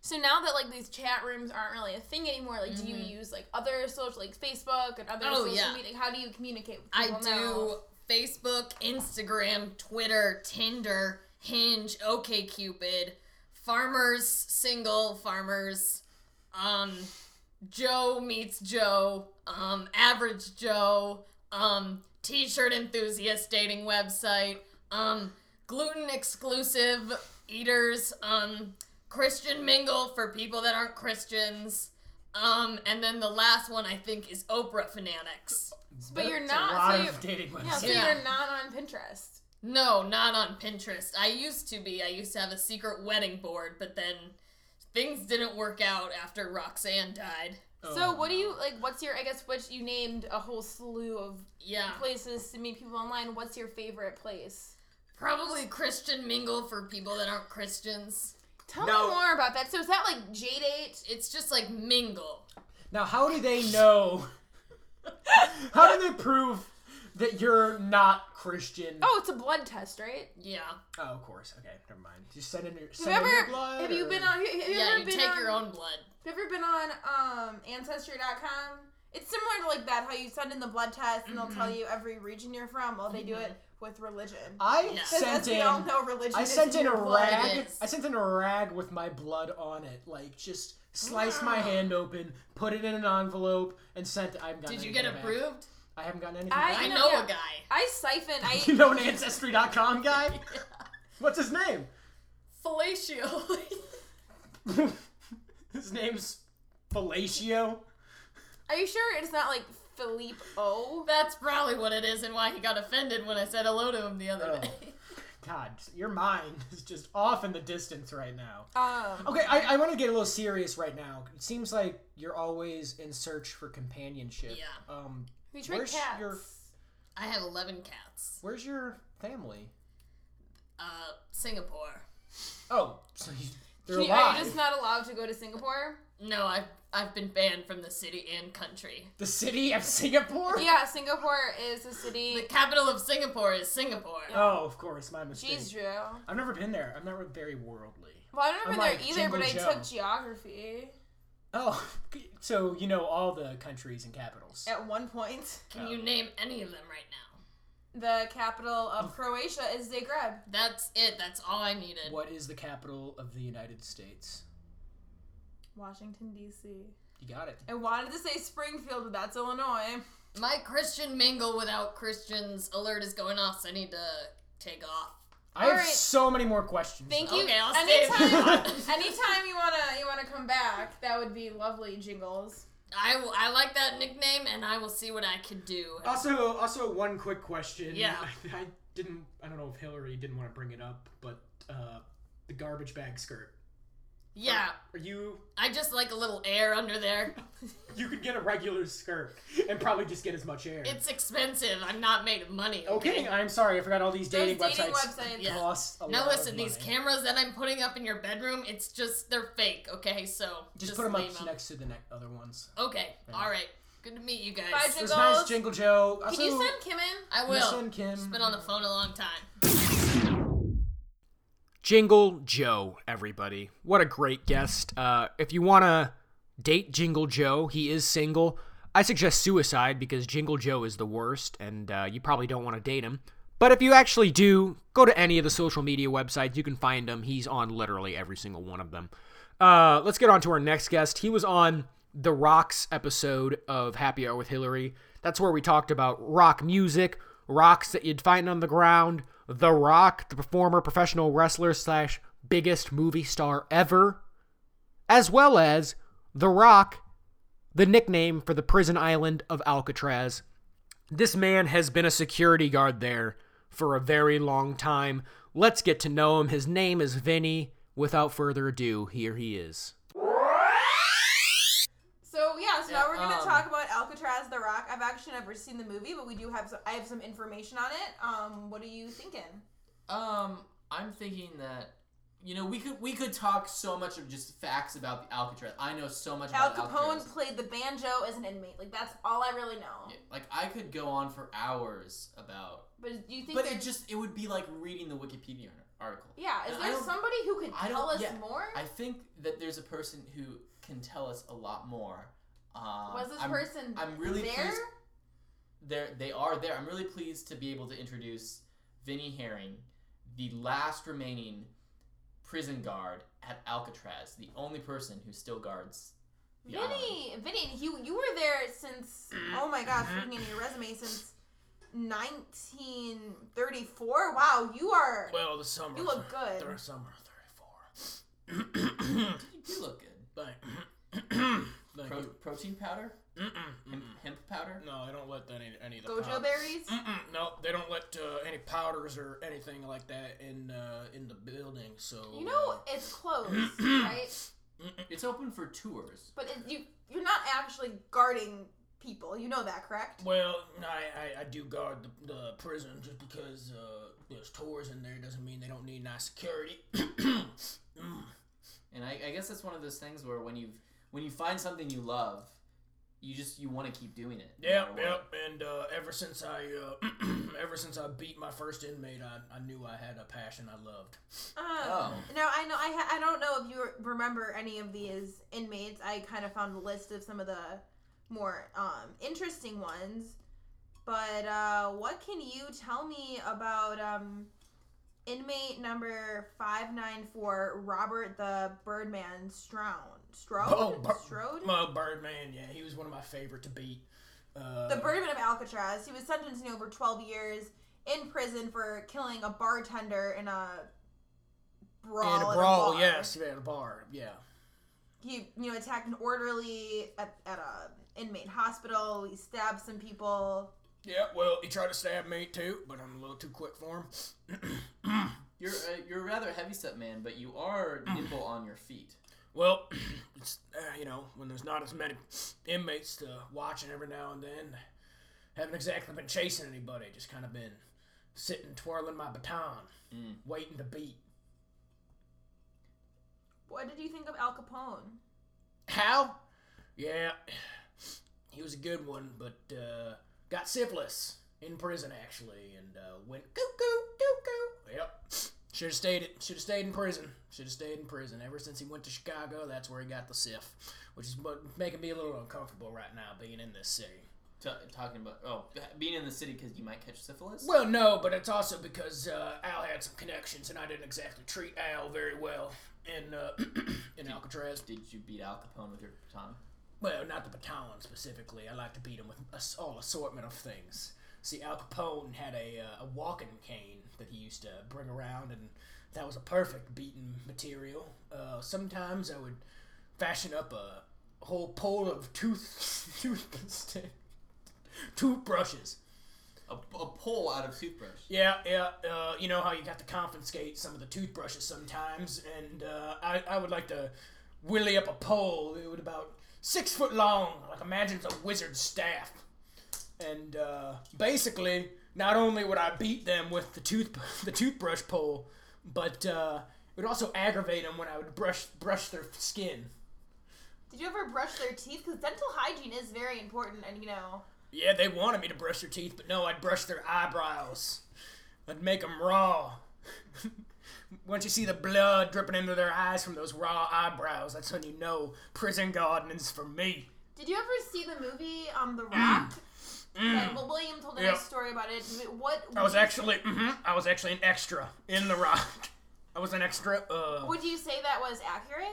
Speaker 2: so now that like these chat rooms aren't really a thing anymore, like do you use like other social, like Facebook and other
Speaker 7: Mm-hmm. Oh,
Speaker 2: social
Speaker 7: yeah.
Speaker 2: media? How do you communicate with
Speaker 7: I
Speaker 2: people
Speaker 7: do Facebook, Instagram, Twitter, Tinder, Hinge, OKCupid, Farmers, Single Farmers, um, Joe meets Joe, um, Average Joe, um, T-shirt enthusiast dating website, um, gluten exclusive eaters, um, Christian mingle for people that aren't Christians. Um, and then the last one I think is Oprah fanatics.
Speaker 2: But you're
Speaker 4: That's
Speaker 2: not-
Speaker 4: A lot
Speaker 2: so
Speaker 4: of dating
Speaker 2: Yeah,
Speaker 4: websites.
Speaker 2: so
Speaker 7: Yeah.
Speaker 2: you're not on Pinterest.
Speaker 7: No, not on Pinterest. I used to be. I used to have a secret wedding board, but then things didn't work out after Roxanne died.
Speaker 2: So
Speaker 4: Oh.
Speaker 2: what do you like? What's your? I guess which you named a whole slew of
Speaker 7: Yeah.
Speaker 2: places to meet people online. What's your favorite place?
Speaker 7: Probably Christian mingle for people that aren't Christians.
Speaker 2: Tell
Speaker 1: No.
Speaker 2: me more about that. So is that like J date?
Speaker 7: It's just like mingle.
Speaker 4: Now, how do they know? how do they prove that you're not Christian?
Speaker 2: Oh, it's a blood test, right?
Speaker 7: Yeah.
Speaker 4: Oh, of course. Okay, never mind. Just send in your.
Speaker 2: Have
Speaker 4: Send
Speaker 2: you
Speaker 4: in your
Speaker 2: ever?
Speaker 4: blood
Speaker 2: Have you
Speaker 4: or-
Speaker 2: been on? Have you
Speaker 7: Yeah,
Speaker 2: ever
Speaker 7: you
Speaker 2: been
Speaker 7: take
Speaker 2: on,
Speaker 7: your own blood.
Speaker 2: Have you ever been on um, Ancestry.com? It's similar to like that, how you send in the blood test and they'll tell you every region you're from. Well, they do it with religion.
Speaker 4: Mm-hmm. I
Speaker 7: Yeah.
Speaker 2: 'Cause as
Speaker 4: sent
Speaker 2: we all
Speaker 4: in.
Speaker 2: know, religion.
Speaker 4: I
Speaker 2: is
Speaker 4: sent in a
Speaker 2: your blood.
Speaker 4: rag.
Speaker 7: is.
Speaker 4: I sent in a rag with my blood on it. Like just sliced my hand open, put it in an envelope, and sent. I haven't gotten
Speaker 7: Did you
Speaker 4: anything back.
Speaker 7: get approved?
Speaker 4: I haven't gotten anything.
Speaker 2: I-
Speaker 7: I
Speaker 4: back.
Speaker 2: know,
Speaker 7: know
Speaker 2: yeah.
Speaker 7: a guy.
Speaker 2: I siphon.
Speaker 4: You
Speaker 2: I
Speaker 4: know an ancestry.com guy? What's his name?
Speaker 7: Fellatio.
Speaker 4: his name's Fellatio.
Speaker 2: are you sure it's not like Philippe O?
Speaker 7: That's probably what it is and why he got offended when I said hello to him the other
Speaker 4: Oh.
Speaker 7: day.
Speaker 4: God, your mind is just off in the distance right now.
Speaker 2: Um,
Speaker 4: Okay, I, I want to get a little serious right now. It seems like you're always in search for companionship.
Speaker 7: Yeah.
Speaker 4: Um,
Speaker 2: we trade
Speaker 4: Where's
Speaker 2: cats.
Speaker 4: your-
Speaker 7: I have 11 cats.
Speaker 4: where's your family?
Speaker 7: Uh, Singapore.
Speaker 4: Oh, so you, they're
Speaker 2: Can you- are
Speaker 4: alive.
Speaker 2: you just not allowed to go to Singapore?
Speaker 7: No, I've, I've been banned from the city and country.
Speaker 4: The city of Singapore?
Speaker 2: Yeah, Singapore is a
Speaker 7: The
Speaker 2: city.
Speaker 7: capital of Singapore is Singapore.
Speaker 4: Oh, of course, my mistake.
Speaker 2: Jeez, Drew. Well,
Speaker 4: I've never been there. I'm never very worldly.
Speaker 2: I don't
Speaker 4: I'm
Speaker 2: remember there
Speaker 4: like
Speaker 2: either, but I
Speaker 4: Jingle
Speaker 2: took geography
Speaker 4: Oh, so you know all the countries and capitals.
Speaker 2: at one point.
Speaker 7: Can you name any of them right now?
Speaker 2: The capital of Croatia is Zagreb.
Speaker 7: That's it. That's all I needed.
Speaker 4: What is the capital of the United States?
Speaker 2: Washington, D.C.
Speaker 4: You got it.
Speaker 2: I wanted to say Springfield, but that's Illinois.
Speaker 7: My Christian mingle without Christians alert is going off, so I need to take off.
Speaker 4: I have
Speaker 2: Alright.
Speaker 4: so many more questions.
Speaker 2: Thank
Speaker 7: Okay,
Speaker 2: you.
Speaker 7: I'll stay.
Speaker 2: anytime, anytime you wanna you wanna come back, that would be lovely, Jingles.
Speaker 7: I, will- I like that nickname, and I will see what I can do.
Speaker 4: Also, also one quick question.
Speaker 7: Yeah.
Speaker 4: I, I didn't. I don't know if Hillary didn't want to bring it up, but uh, the garbage bag skirt.
Speaker 7: Yeah,
Speaker 4: Are you?
Speaker 7: I just like a little air under there.
Speaker 4: You could get a regular skirt and probably just get as much air.
Speaker 7: It's expensive. I'm not made of money.
Speaker 4: okay. I'm sorry. I forgot all these dating
Speaker 2: Those dating
Speaker 4: websites.
Speaker 2: websites.
Speaker 7: Yeah.
Speaker 4: Cost a
Speaker 7: Now
Speaker 4: lot of
Speaker 7: listen, these
Speaker 4: money.
Speaker 7: cameras that I'm putting up in your bedroom, it's just they're fake. Okay, so
Speaker 4: Just, put 'em put
Speaker 7: leave
Speaker 4: them
Speaker 7: 'em.
Speaker 4: up next to the ne- other ones.
Speaker 7: Okay, all right. Good to meet you guys.
Speaker 2: Bye,
Speaker 4: It
Speaker 2: Jingles.
Speaker 4: was nice, Jingle Joe. Also,
Speaker 2: Can you send Kim in?
Speaker 7: I
Speaker 4: can you
Speaker 7: will.
Speaker 4: send Kim.
Speaker 7: It's been on the phone a long time.
Speaker 1: Jingle Joe, everybody. What a great guest. Uh, if you want to date Jingle Joe, he is single. I suggest suicide because Jingle Joe is the worst and uh, you probably don't want to date him. But if you actually do, go to any of the social media websites. You can find him. He's on literally every single one of them. Uh, let's get on to our next guest. He was on the Rocks episode of Happy Hour with Hillary. That's where we talked about rock music, rocks that you'd find on the ground, The Rock, the performer, professional wrestler slash biggest movie star ever, as well as The Rock, the nickname for the prison island of Alcatraz. This man has been a security guard there for a very long time. Let's get to know him. His name is Vinny. Without further ado, here he is.
Speaker 2: So yeah, so now we're gonna
Speaker 3: um,
Speaker 2: talk about Alcatraz, The Rock. I've actually never seen the movie, but we do have some, I have some information on it. Um, what are you thinking?
Speaker 3: Um, I'm thinking that you know we could we could talk so much of just facts about the Alcatraz. I know so much
Speaker 2: Al
Speaker 3: about
Speaker 2: Capone
Speaker 3: Alcatraz.
Speaker 2: played the banjo as an inmate. Like that's all I really know.
Speaker 3: Yeah, Like I could go on for hours about,
Speaker 2: But do you think?
Speaker 3: but
Speaker 2: there-
Speaker 3: it just it would be like reading the Wikipedia article.
Speaker 2: yeah, is
Speaker 3: And I
Speaker 2: there
Speaker 3: don't-
Speaker 2: somebody who could
Speaker 3: I
Speaker 2: tell
Speaker 3: don't-
Speaker 2: us
Speaker 3: yeah,
Speaker 2: more?
Speaker 3: I think that there's a person who can tell us a lot more. Um,
Speaker 2: Was this
Speaker 3: I'm-
Speaker 2: person
Speaker 3: I'm really
Speaker 2: there?
Speaker 3: pleased. They're, they are there. I'm really pleased to be able to introduce Vinnie Herring, the last remaining prison guard at Alcatraz, the only person who still guards. The island.
Speaker 2: Vinny, Vinny, you you were there since. Oh my gosh, looking at your resume since 1934. Wow, you are.
Speaker 8: Well, the summer.
Speaker 2: You look good.
Speaker 8: The summer of 34.
Speaker 3: You do look good.
Speaker 8: Thank, thank
Speaker 3: Pro-
Speaker 8: you.
Speaker 3: protein powder,
Speaker 8: Mm-mm.
Speaker 3: hemp, hemp powder.
Speaker 8: No, they don't let any, any of the
Speaker 2: Gojo
Speaker 8: pow-
Speaker 2: berries?
Speaker 3: Mm-hmm.
Speaker 8: Mm-mm. No, they don't let uh, any powders or anything like that in uh, in the building. So uh,
Speaker 2: You know it's closed, right?
Speaker 3: It's open for tours.
Speaker 2: But it, you you're not actually guarding people. You know that, correct?
Speaker 8: Well, I, I, I do guard the, the prison just because uh, there's tours in there doesn't mean they don't need nice security. Mm.
Speaker 3: And I, I guess that's one of those things where when you when you find something you love, you just you want to keep doing it. no
Speaker 8: Yep,
Speaker 3: matter what.
Speaker 8: yep. And uh, ever since I uh, ever since I beat my first inmate, I, I knew I had a passion I loved.
Speaker 2: Um,
Speaker 3: Oh.
Speaker 2: No, I know. I ha- I don't know if you remember any of these inmates. I kind of found a list of some of the more um, interesting ones. But uh, what can you tell me about um, inmate number five nine four, Robert the Birdman Stroud? Stroud?
Speaker 8: Oh, Bur-
Speaker 2: Strode?
Speaker 8: Well, Birdman, yeah, he was one of my favorite to beat. Uh,
Speaker 2: The Birdman of Alcatraz. He was sentenced to over 12 years in prison for killing a bartender in a brawl.
Speaker 8: in
Speaker 2: at
Speaker 8: a brawl,
Speaker 2: bar.
Speaker 8: yes, yeah, at a bar, yeah.
Speaker 2: He, you know, attacked an orderly at, at a inmate hospital. He stabbed some people.
Speaker 8: Yeah, well, he tried to stab me too, but I'm a little too quick for him.
Speaker 3: You're uh, you're a rather heavy set man, but you are nimble on your feet.
Speaker 8: Well, it's, uh, you know, when there's not as many inmates to watching every now and then, haven't exactly been chasing anybody. Just kind of been sitting, twirling my baton, waiting to beat.
Speaker 2: What did you think of Al Capone?
Speaker 8: How? Yeah, he was a good one, but uh, got syphilis in prison actually, and uh, went cuckoo, cuckoo. Yep. Should have stayed. Should have stayed in prison. Should have stayed in prison. Ever since he went to Chicago, that's where he got the syph, which is what- making me a little uncomfortable right now, being in this city.
Speaker 3: T- talking about oh being in the city because you might catch syphilis.
Speaker 8: Well, no, but it's also because uh, Al had some connections, and I didn't exactly treat Al very well in uh, in Alcatraz.
Speaker 3: Did you beat Al Capone with your baton?
Speaker 8: Well, not the baton specifically. I like to beat him with a s all assortment of things. See, Al Capone had a, uh, a walking cane that he used to bring around, and that was a perfect beating material. Uh, sometimes I would fashion up a whole pole of tooth toothpaste, toothbrushes.
Speaker 3: A, a pole out of toothbrush.
Speaker 8: Yeah, yeah. Uh, you know how you got to confiscate some of the toothbrushes sometimes, and uh, I, I would like to willy up a pole. It would about six foot long. Like imagine it's a wizard's staff. And uh, basically, not only would I beat them with the tooth the toothbrush pole, but uh, it would also aggravate them when I would brush brush their skin.
Speaker 2: Did you ever brush their teeth? Because dental hygiene is very important, and you know,
Speaker 8: Yeah, they wanted me to brush their teeth, but no, I'd brush their eyebrows. I'd make them raw. Once you see the blood dripping into their eyes from those raw eyebrows, that's when you know prison gardening's for me. Mm.
Speaker 2: did you ever see the movie um, The Rock? Like, well, William told a
Speaker 8: Yeah.
Speaker 2: nice story about it. What
Speaker 8: Mm. I was actually, hmm I was actually an extra in The Rock. I was an extra. Uh,
Speaker 2: would you say that was accurate?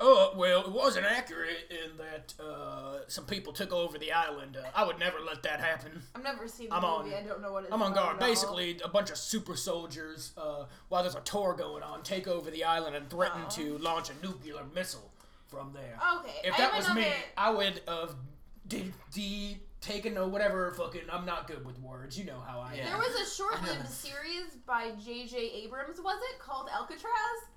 Speaker 8: oh well, it wasn't accurate in that uh, some people took over the island. Uh, I would never let that happen.
Speaker 2: I've never seen the
Speaker 8: I'm on-
Speaker 2: movie. I don't know what it's
Speaker 8: I'm on
Speaker 2: about
Speaker 8: guard.
Speaker 2: at all.
Speaker 8: Basically, a bunch of super soldiers, uh, while there's a tour going on, take over the island and threaten
Speaker 2: Oh.
Speaker 8: to launch a nuclear missile from there.
Speaker 2: Okay.
Speaker 8: if
Speaker 2: I
Speaker 8: that
Speaker 2: have
Speaker 8: was me,
Speaker 2: another-
Speaker 8: I would have de- de- taken or whatever. Fucking, I'm not good with words. You know how I
Speaker 3: Yeah.
Speaker 2: There
Speaker 8: am.
Speaker 2: was a short-lived series by J.J. Abrams, was it called Alcatraz?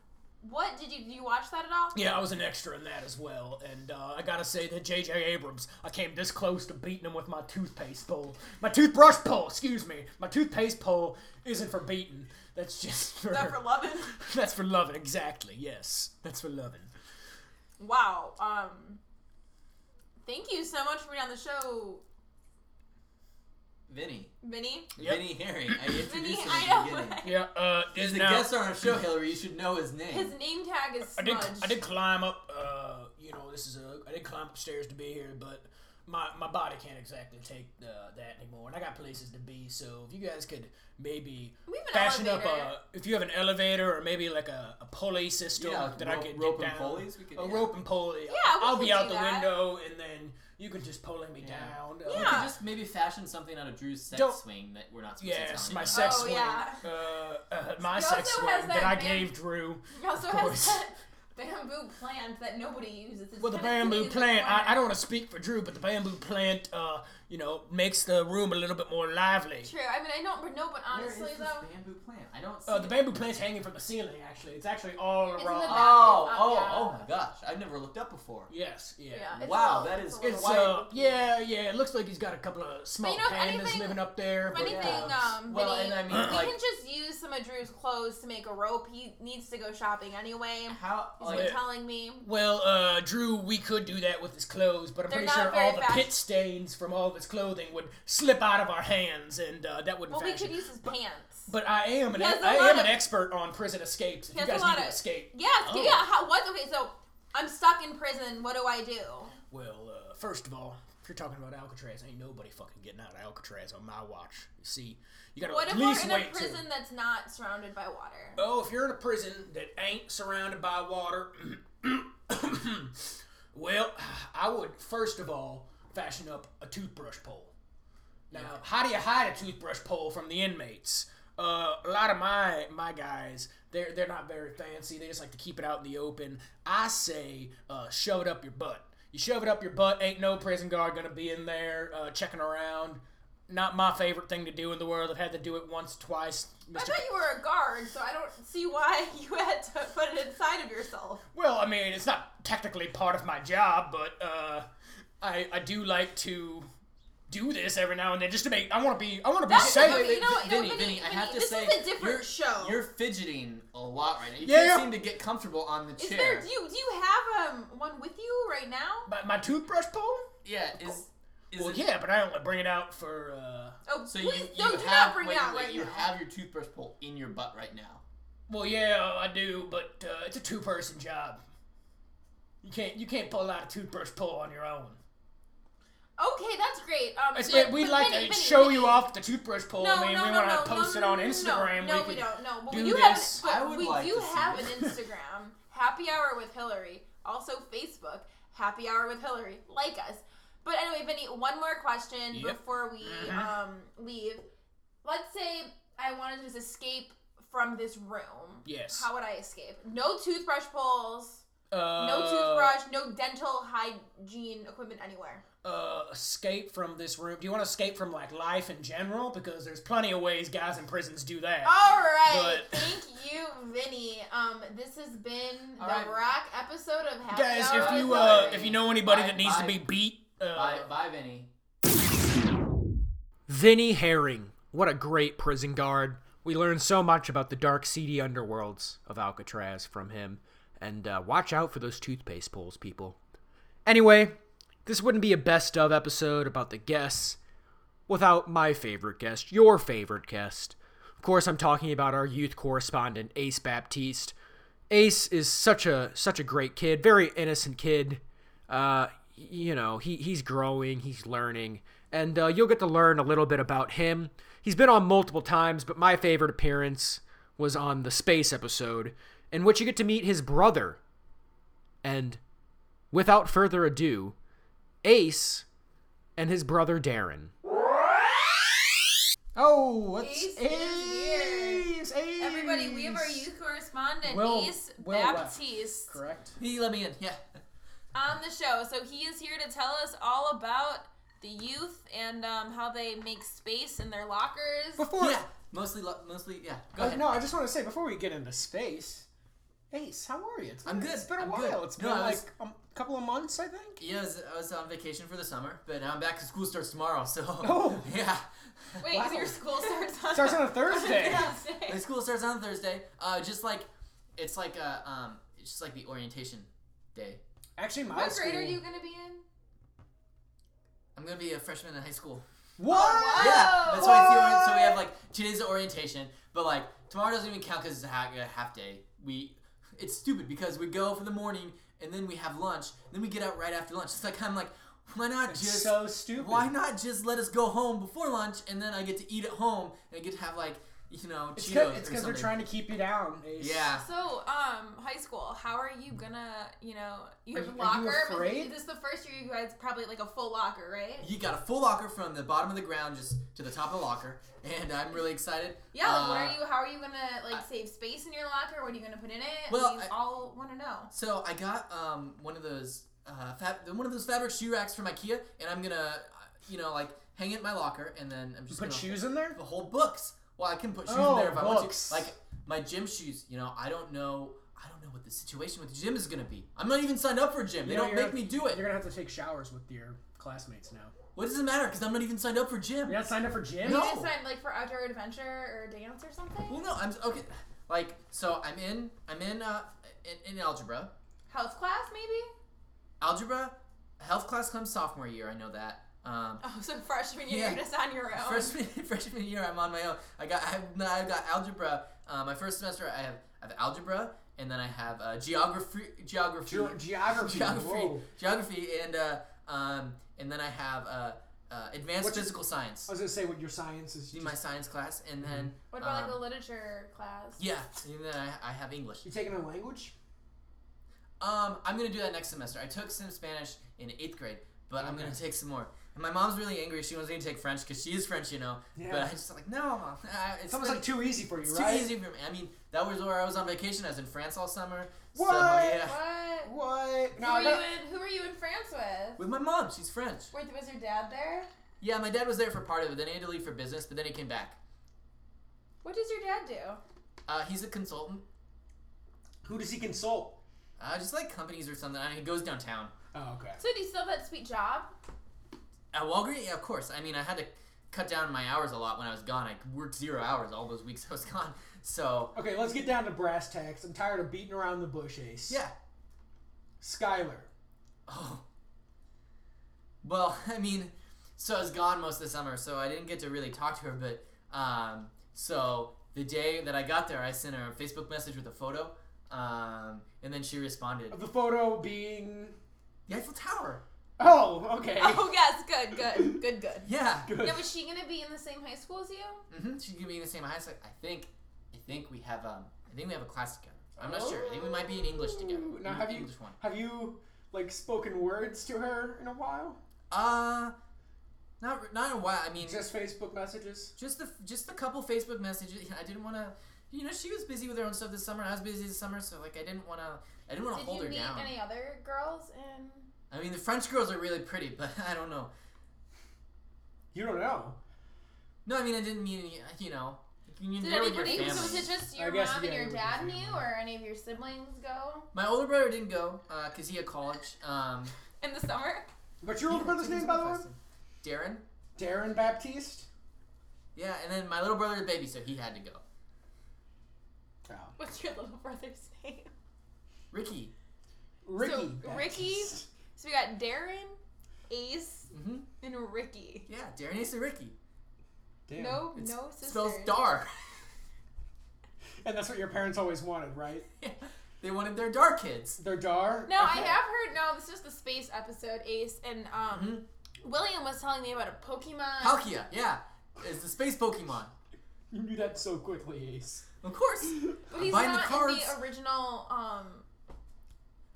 Speaker 2: What did you did you watch that at all?
Speaker 8: Yeah, I was an extra in that as well, and uh, I gotta say that J.J. Abrams, I came this close to beating him with my toothpaste pole, my toothbrush pole. Excuse me, my toothpaste pole isn't for beating. That's just for,
Speaker 2: Is that for loving?
Speaker 8: That's for loving, exactly. Yes, that's for loving.
Speaker 2: wow. Um. Thank you so much for being on the show,
Speaker 3: Vinny.
Speaker 2: Vinny.
Speaker 8: Yep.
Speaker 3: Vinny Herring. I introduced
Speaker 2: Vinny,
Speaker 3: him at the
Speaker 2: I
Speaker 3: beginning.
Speaker 2: know.
Speaker 8: Yeah. Uh,
Speaker 3: He's a
Speaker 8: now,
Speaker 3: guest on our show, Hillary. You should know his name.
Speaker 2: His name tag is
Speaker 8: I
Speaker 2: Smudge.
Speaker 8: did. I did climb up. Uh, you know, this is a. I did climb upstairs to be here, but my my body can't exactly take uh, that anymore, and I got places to be. So if you guys could maybe
Speaker 2: We have an
Speaker 8: fashion up uh,
Speaker 2: elevator.
Speaker 8: a, if you have an elevator or maybe like a, a pulley system
Speaker 3: Yeah, like
Speaker 8: that
Speaker 3: rope-
Speaker 8: I could
Speaker 3: rope
Speaker 8: get
Speaker 3: and
Speaker 8: down.
Speaker 3: pulleys, we could-
Speaker 8: a
Speaker 3: yeah.
Speaker 8: rope and pulley. Yeah,
Speaker 2: we
Speaker 8: I'll
Speaker 2: could
Speaker 8: be out
Speaker 2: do
Speaker 8: the
Speaker 2: that.
Speaker 8: window, and then you can just pull me
Speaker 3: Yeah.
Speaker 8: down.
Speaker 3: We
Speaker 2: Yeah.
Speaker 3: could just maybe fashion something out of Drew's sex
Speaker 8: Don't-
Speaker 3: swing that we're not supposed to
Speaker 8: Yes,
Speaker 3: tell
Speaker 8: my
Speaker 3: anybody.
Speaker 8: sex
Speaker 2: Oh,
Speaker 8: swing.
Speaker 2: yeah.
Speaker 8: Uh, uh, my
Speaker 2: He
Speaker 8: sex
Speaker 2: also
Speaker 8: swing
Speaker 2: has
Speaker 8: that,
Speaker 2: that
Speaker 8: I
Speaker 2: band-
Speaker 8: gave Drew.
Speaker 2: He also
Speaker 8: Of
Speaker 2: has
Speaker 8: course.
Speaker 2: that bamboo plant that nobody uses. It's
Speaker 8: Well, the
Speaker 2: kinda sitting
Speaker 8: bamboo
Speaker 2: in the
Speaker 8: plant. I, I
Speaker 2: corner.
Speaker 8: don't want to speak for Drew, but the bamboo plant, uh, you know, makes the room a little bit more lively.
Speaker 2: True. I mean, I don't know, but
Speaker 3: Where is
Speaker 2: honestly,
Speaker 3: this
Speaker 2: though,
Speaker 3: bamboo plant? I don't see
Speaker 8: Uh, the
Speaker 3: it.
Speaker 8: bamboo plant's hanging from the ceiling. Actually, it's actually all
Speaker 2: It's in
Speaker 8: around.
Speaker 2: the back.
Speaker 3: Oh,
Speaker 2: It's up,
Speaker 3: oh,
Speaker 2: yeah.
Speaker 3: oh my gosh! I've never looked up before.
Speaker 8: yes, yeah.
Speaker 2: yeah. it's
Speaker 3: Wow,
Speaker 2: all-
Speaker 3: that
Speaker 2: it's
Speaker 3: is
Speaker 2: all-
Speaker 8: It's
Speaker 3: Why-
Speaker 8: uh, yeah, yeah. It looks like he's got a couple of small
Speaker 2: you know, if
Speaker 8: pandas
Speaker 2: anything-
Speaker 8: living up there.
Speaker 2: If
Speaker 8: but,
Speaker 2: anything,
Speaker 8: uh,
Speaker 2: um,
Speaker 3: Well,
Speaker 2: Vinny,
Speaker 3: and I mean,
Speaker 2: we
Speaker 3: like-
Speaker 2: can just use some of Drew's clothes to make a rope. He needs to go shopping anyway.
Speaker 3: How?
Speaker 2: He's been
Speaker 3: Like,
Speaker 8: Oh, Yeah.
Speaker 2: telling me.
Speaker 8: well, uh, Drew, we could do that with his clothes, but I'm
Speaker 2: They're
Speaker 8: pretty
Speaker 2: not
Speaker 8: sure
Speaker 2: very
Speaker 8: all the
Speaker 2: fashion-
Speaker 8: pit stains from all of his clothing would slip out of our hands, and uh, that wouldn't.
Speaker 2: Well, we
Speaker 8: fashion.
Speaker 2: could use his
Speaker 8: But-
Speaker 2: pants.
Speaker 8: But I am an
Speaker 2: He has a
Speaker 8: I
Speaker 2: lot
Speaker 8: am an
Speaker 2: of-
Speaker 8: expert on prison escapes. If
Speaker 2: He
Speaker 8: you
Speaker 2: has a
Speaker 8: guys
Speaker 2: lot
Speaker 8: need to
Speaker 2: of-
Speaker 8: escape.
Speaker 2: Yes.
Speaker 8: Oh.
Speaker 2: Yeah. How, what? Okay. So I'm stuck in prison. What do I do?
Speaker 8: Well, uh, first of all, if you're talking about Alcatraz, ain't nobody fucking getting out of Alcatraz on my watch. You see, you gotta
Speaker 2: What
Speaker 8: at
Speaker 2: if we're
Speaker 8: least
Speaker 2: in a
Speaker 8: wait
Speaker 2: prison
Speaker 8: till.
Speaker 2: that's not surrounded by water?
Speaker 8: Oh, if you're in a prison that ain't surrounded by water, well, I would first of all fashion up a toothbrush pole. Now, how do you hide a toothbrush pole from the inmates? Uh, a lot of my my guys, they're they're not very fancy. They just like to keep it out in the open. I say, uh, shove it up your butt. You shove it up your butt. Ain't no prison guard gonna be in there uh, checking around. Not my favorite thing to do in the world. I've had to do it once, twice.
Speaker 2: I
Speaker 8: Mr.
Speaker 2: thought you were a guard, so I don't see why you had to put it inside of yourself.
Speaker 8: Well, I mean, it's not technically part of my job, but uh, I I do like to do this every now and then just to make I want to be I want to be
Speaker 2: That's
Speaker 8: safe.
Speaker 2: okay, you know what? You know,
Speaker 3: Vinny,
Speaker 2: Vinny,
Speaker 3: Vinny, I have
Speaker 2: Vinny,
Speaker 3: to
Speaker 2: this
Speaker 3: say,
Speaker 2: is a different
Speaker 3: you're,
Speaker 2: show.
Speaker 3: You're fidgeting a lot right now. You
Speaker 8: Yeah,
Speaker 3: can't
Speaker 8: yeah.
Speaker 3: seem to get comfortable on the
Speaker 2: Is
Speaker 3: chair.
Speaker 2: there? Do you do you have um one with you right now?
Speaker 8: My, my toothbrush pole?
Speaker 3: yeah, is is
Speaker 8: Well,
Speaker 3: it?
Speaker 8: yeah, but I don't bring it out for. Uh,
Speaker 2: Oh,
Speaker 3: So you,
Speaker 2: please
Speaker 3: you
Speaker 2: don't do
Speaker 3: have
Speaker 2: not bring
Speaker 3: wait,
Speaker 2: it out
Speaker 3: wait,
Speaker 2: right
Speaker 3: you
Speaker 2: now.
Speaker 3: have your toothbrush pole in your butt right now.
Speaker 8: well, yeah, I do, but uh, it's a two-person job. You can't you can't pull out a toothbrush pole on your own.
Speaker 2: okay, that's great. Um,
Speaker 8: It's,
Speaker 2: but-
Speaker 8: we'd
Speaker 2: but
Speaker 8: like
Speaker 2: Vinny,
Speaker 8: to
Speaker 2: Vinny,
Speaker 8: show you
Speaker 2: Vinny.
Speaker 8: off the toothbrush pole.
Speaker 2: No,
Speaker 8: I mean,
Speaker 2: no,
Speaker 8: we
Speaker 2: no,
Speaker 8: want
Speaker 2: no,
Speaker 8: to post
Speaker 2: no,
Speaker 8: it on
Speaker 2: no, no,
Speaker 8: Instagram.
Speaker 2: No,
Speaker 8: could-
Speaker 2: we don't. No, but
Speaker 8: do
Speaker 2: you have.
Speaker 8: this.
Speaker 2: But
Speaker 3: I would
Speaker 2: we
Speaker 3: like
Speaker 2: do
Speaker 3: to see
Speaker 2: have
Speaker 3: it.
Speaker 2: an Instagram happy hour with Hillary. Also Facebook happy hour with Hillary. Like us. But anyway, Vinny, one more question
Speaker 8: Yep. Mm-hmm.
Speaker 2: before we um leave. Let's say I wanted to just escape from this room.
Speaker 8: Yes.
Speaker 2: How would I escape? No toothbrush poles.
Speaker 8: uh,
Speaker 2: No toothbrush, no dental hygiene equipment anywhere.
Speaker 8: uh, escape from this room? Do you want to escape from like life in general? Because there's plenty of ways guys in prisons do that.
Speaker 2: All right,
Speaker 8: But-
Speaker 2: thank you, Vinny. Um, this has been the
Speaker 3: All right.
Speaker 2: rock episode of Happy
Speaker 8: guys,
Speaker 2: Hour
Speaker 8: if
Speaker 2: with
Speaker 8: you uh,
Speaker 2: Hillary.
Speaker 8: if you know anybody
Speaker 3: Bye,
Speaker 8: that needs
Speaker 3: bye.
Speaker 8: to be beat, uh,
Speaker 3: Bye, bye, Vinny.
Speaker 1: Vinny Herring, what a great prison guard. We learned so much about the dark, seedy underworlds of Alcatraz from him. And uh, watch out for those toothpaste pulls, people. Anyway, this wouldn't be a best of episode about the guests without my favorite guest, your favorite guest. Of course, I'm talking about our youth correspondent, Ace Baptiste. Ace is such a such a great kid, very innocent kid. Uh, you know, he he's growing, he's learning, and uh, you'll get to learn a little bit about him. He's been on multiple times, but my favorite appearance was on the space episode, in which you get to meet his brother. And without further ado, Ace and his brother Darren.
Speaker 8: oh, what's
Speaker 2: Ace is
Speaker 8: Ace? Ace.
Speaker 2: everybody, we have our youth correspondent,
Speaker 8: Will-
Speaker 2: Ace
Speaker 8: Will left.
Speaker 2: Baptiste,
Speaker 8: Correct.
Speaker 3: He let me in. Yeah.
Speaker 2: on the show. So he is here to tell us all about the youth and um, how they make space in their lockers.
Speaker 8: Before,
Speaker 3: yeah. Mostly, lo- mostly. Yeah. Go
Speaker 8: Uh,
Speaker 3: ahead.
Speaker 8: no, I just want to say before we get into space, Ace, how are you? It's been,
Speaker 3: I'm good.
Speaker 8: It's been a
Speaker 3: I'm
Speaker 8: while.
Speaker 3: good.
Speaker 8: It's been
Speaker 3: No, I
Speaker 8: like
Speaker 3: was-
Speaker 8: a m- couple of months, I think.
Speaker 3: Yeah, I was, I was on vacation for the summer, but I'm back because school starts tomorrow. So.
Speaker 8: Oh.
Speaker 3: Yeah.
Speaker 2: Wait,
Speaker 8: Wow.
Speaker 2: your school starts on
Speaker 8: Starts on a Thursday.
Speaker 2: Thursday.
Speaker 3: My school starts on Thursday. Uh, just like, it's like uh um, it's just like the orientation day.
Speaker 8: Actually, my
Speaker 2: What
Speaker 8: school.
Speaker 2: grade are you gonna be in?
Speaker 3: I'm gonna be a freshman in high school.
Speaker 2: Oh,
Speaker 4: Oh!
Speaker 8: What?
Speaker 3: Yeah, that's why it's the orient. So we have like today's the orientation, but like tomorrow doesn't even count because it's a half, a half day. We, it's stupid because we go for the morning and then we have lunch, then we get out right after lunch. It's like I'm like, Why not
Speaker 4: It's
Speaker 3: just
Speaker 4: so stupid.
Speaker 3: Why not just let us go home before lunch and then I get to eat at home and I get to have like you know
Speaker 4: It's
Speaker 3: Cheetos or
Speaker 4: because they're
Speaker 3: something.
Speaker 4: trying to keep you down. Ace.
Speaker 3: Yeah.
Speaker 2: So, um, high school, how are you gonna, you know, you
Speaker 4: Are
Speaker 2: have a
Speaker 4: you- are
Speaker 2: locker.
Speaker 4: you afraid?
Speaker 2: This is the first year you guys probably like a full locker, right?
Speaker 3: You got a full locker from the bottom of the ground just to the top of the locker, and I'm really excited.
Speaker 2: Yeah, like,
Speaker 3: Uh,
Speaker 2: what are you? How are you gonna like
Speaker 3: I-
Speaker 2: save space in your locker? What are you gonna put in it?
Speaker 3: Well,
Speaker 2: we
Speaker 3: I-
Speaker 2: all want to know.
Speaker 3: So I got um one of those uh fab- one of those fabric shoe racks from IKEA, and I'm gonna uh, you know like hang it in my locker, and then I'm
Speaker 4: You
Speaker 3: just
Speaker 4: put
Speaker 3: gonna
Speaker 4: shoes in there?
Speaker 3: the whole books. Well, I can put shoes
Speaker 4: Oh,
Speaker 3: in there if I want
Speaker 4: books.
Speaker 3: to. Like my gym shoes, you know, I don't know. I don't know what the situation with the gym is gonna be. I'm not even signed up for a gym. They
Speaker 4: You know,
Speaker 3: don't
Speaker 4: you're
Speaker 3: make me
Speaker 4: gonna-
Speaker 3: do it.
Speaker 4: You're gonna have to take showers with your classmates now.
Speaker 3: What does it matter? Because I'm not even signed up for gym.
Speaker 4: You're not signed up for gym?
Speaker 3: No.
Speaker 2: You guys signed like for outdoor adventure or dance or something.
Speaker 3: Well, no, I'm okay. Like, so I'm in, I'm in, uh, in, in algebra.
Speaker 2: Health class maybe.
Speaker 3: Algebra, health class comes sophomore year. I know that. Um,
Speaker 2: Oh, so freshman year
Speaker 3: Yeah.
Speaker 2: Oh, you're just on your own.
Speaker 3: freshman freshman year, I'm on my own. I got I've, I've got algebra. Uh, my first semester, I have I have algebra, and then I have uh, geography, geography,
Speaker 4: Ge- geography,
Speaker 3: geography,
Speaker 4: whoa.
Speaker 3: geography, and uh, um, and then I have uh, uh, advanced
Speaker 4: What's your- Oh,
Speaker 3: physical science.
Speaker 4: I was gonna say what your science is.
Speaker 3: in
Speaker 4: Just,
Speaker 3: my science class, and then
Speaker 2: What about
Speaker 3: um,
Speaker 2: like a literature class?
Speaker 4: Mm-hmm.
Speaker 3: yeah, and then I, I have English.
Speaker 4: you taking a language?
Speaker 3: Um, I'm gonna do that next semester. I took some Spanish in eighth grade, but I'm gonna take some more. And my mom's really angry. She wants me to take French because she is French, you know.
Speaker 4: Yeah.
Speaker 3: But I just like no, Mom, uh, it's,
Speaker 4: It's almost
Speaker 3: been-
Speaker 4: like too easy for you,
Speaker 3: it's too
Speaker 4: right?
Speaker 3: easy for me. I mean, that was where I was on vacation. I was in France all summer.
Speaker 4: What?
Speaker 3: So yeah,
Speaker 2: What?
Speaker 4: What? No,
Speaker 2: who,
Speaker 4: I
Speaker 2: were you
Speaker 4: got,
Speaker 2: in, who were you in France with?
Speaker 3: with my mom. She's French.
Speaker 2: Wait, was your dad there?
Speaker 3: Yeah, my dad was there for part of it. Then he had to leave for business, but then he came back.
Speaker 2: What does your dad do?
Speaker 3: Uh, he's a consultant.
Speaker 4: who does he consult?
Speaker 3: Uh, just like companies or something. I mean, he goes downtown.
Speaker 4: Oh, okay.
Speaker 2: So do you still have that sweet job?
Speaker 3: At Walgreens, yeah, of course. I mean, I had to cut down my hours a lot when I was gone. I worked zero hours all those weeks I was gone. So
Speaker 4: Okay, let's get down to brass tacks. I'm tired of beating around the bush, Ace.
Speaker 3: yeah,
Speaker 4: Skylar.
Speaker 3: Oh. Well, I mean, so I was gone most of the summer, so I didn't get to really talk to her, but um, so the day that I got there, I sent her a Facebook message with a photo, um, and then she responded,
Speaker 4: Of the photo being.
Speaker 3: The Eiffel Tower!
Speaker 4: Oh, okay.
Speaker 2: Oh yes, good, good, good, good.
Speaker 3: Yeah!
Speaker 4: Good.
Speaker 2: Yeah, was she gonna be in the same high school as you?
Speaker 3: Mm-hmm. She's gonna be in the same high school. I think, I think we have, um, I think we have a class together. I'm not sure. I think we might be in English together.
Speaker 4: Ooh, Oh. Now,
Speaker 3: In-
Speaker 4: have you
Speaker 3: English one.
Speaker 4: have you like spoken words to her in a while?
Speaker 3: Uh, not, re- not in a while. I mean,
Speaker 4: Just Facebook messages.
Speaker 3: Just the just the couple Facebook messages. I didn't want to. You know, she was busy with her own stuff this summer. I was busy this summer, so like I didn't want to. I didn't want to
Speaker 2: Did
Speaker 3: hold
Speaker 2: you
Speaker 3: her
Speaker 2: meet
Speaker 3: down.
Speaker 2: any other girls in?
Speaker 3: I mean, the French girls are really pretty, but I don't know.
Speaker 4: You don't know.
Speaker 3: No, I mean I didn't mean any. You know, you
Speaker 2: Did
Speaker 3: there with your
Speaker 2: anybody? So was
Speaker 3: family.
Speaker 2: it just
Speaker 4: I
Speaker 2: your
Speaker 4: guess,
Speaker 2: mom
Speaker 4: yeah,
Speaker 2: and your
Speaker 4: with your
Speaker 2: dad
Speaker 4: family.
Speaker 2: knew, or any of your siblings go
Speaker 3: My older brother didn't go uh, cause he had college. Um,
Speaker 2: in the summer?
Speaker 4: What's your older brother's name, by the way?
Speaker 3: Darren.
Speaker 4: Darren Baptiste.
Speaker 3: Yeah, and then my little brother's a baby, so he had to go.
Speaker 4: Oh.
Speaker 2: What's your little brother's name?
Speaker 3: Ricky.
Speaker 4: Ricky.
Speaker 2: So, Ricky?
Speaker 4: Baptiste.
Speaker 2: So we got Darren, Ace,
Speaker 3: Mm-hmm.
Speaker 2: and Ricky.
Speaker 3: Yeah, Darren is a Ricky.
Speaker 4: Damn.
Speaker 2: No,
Speaker 3: It's
Speaker 2: no sisters.
Speaker 3: Spells dar.
Speaker 4: And that's what your parents always wanted, right?
Speaker 3: they wanted their dar kids.
Speaker 4: Their dar.
Speaker 2: No, I
Speaker 4: Okay.
Speaker 2: have heard. No, this is the space episode, Ace, and um,
Speaker 3: Mm-hmm.
Speaker 2: William was telling me about a Pokemon.
Speaker 3: Palkia. Yeah, is the space Pokemon.
Speaker 4: You knew that so quickly, Ace.
Speaker 3: Of course.
Speaker 2: But he's
Speaker 3: Buying the
Speaker 2: not in
Speaker 3: cards.
Speaker 2: the original. Um,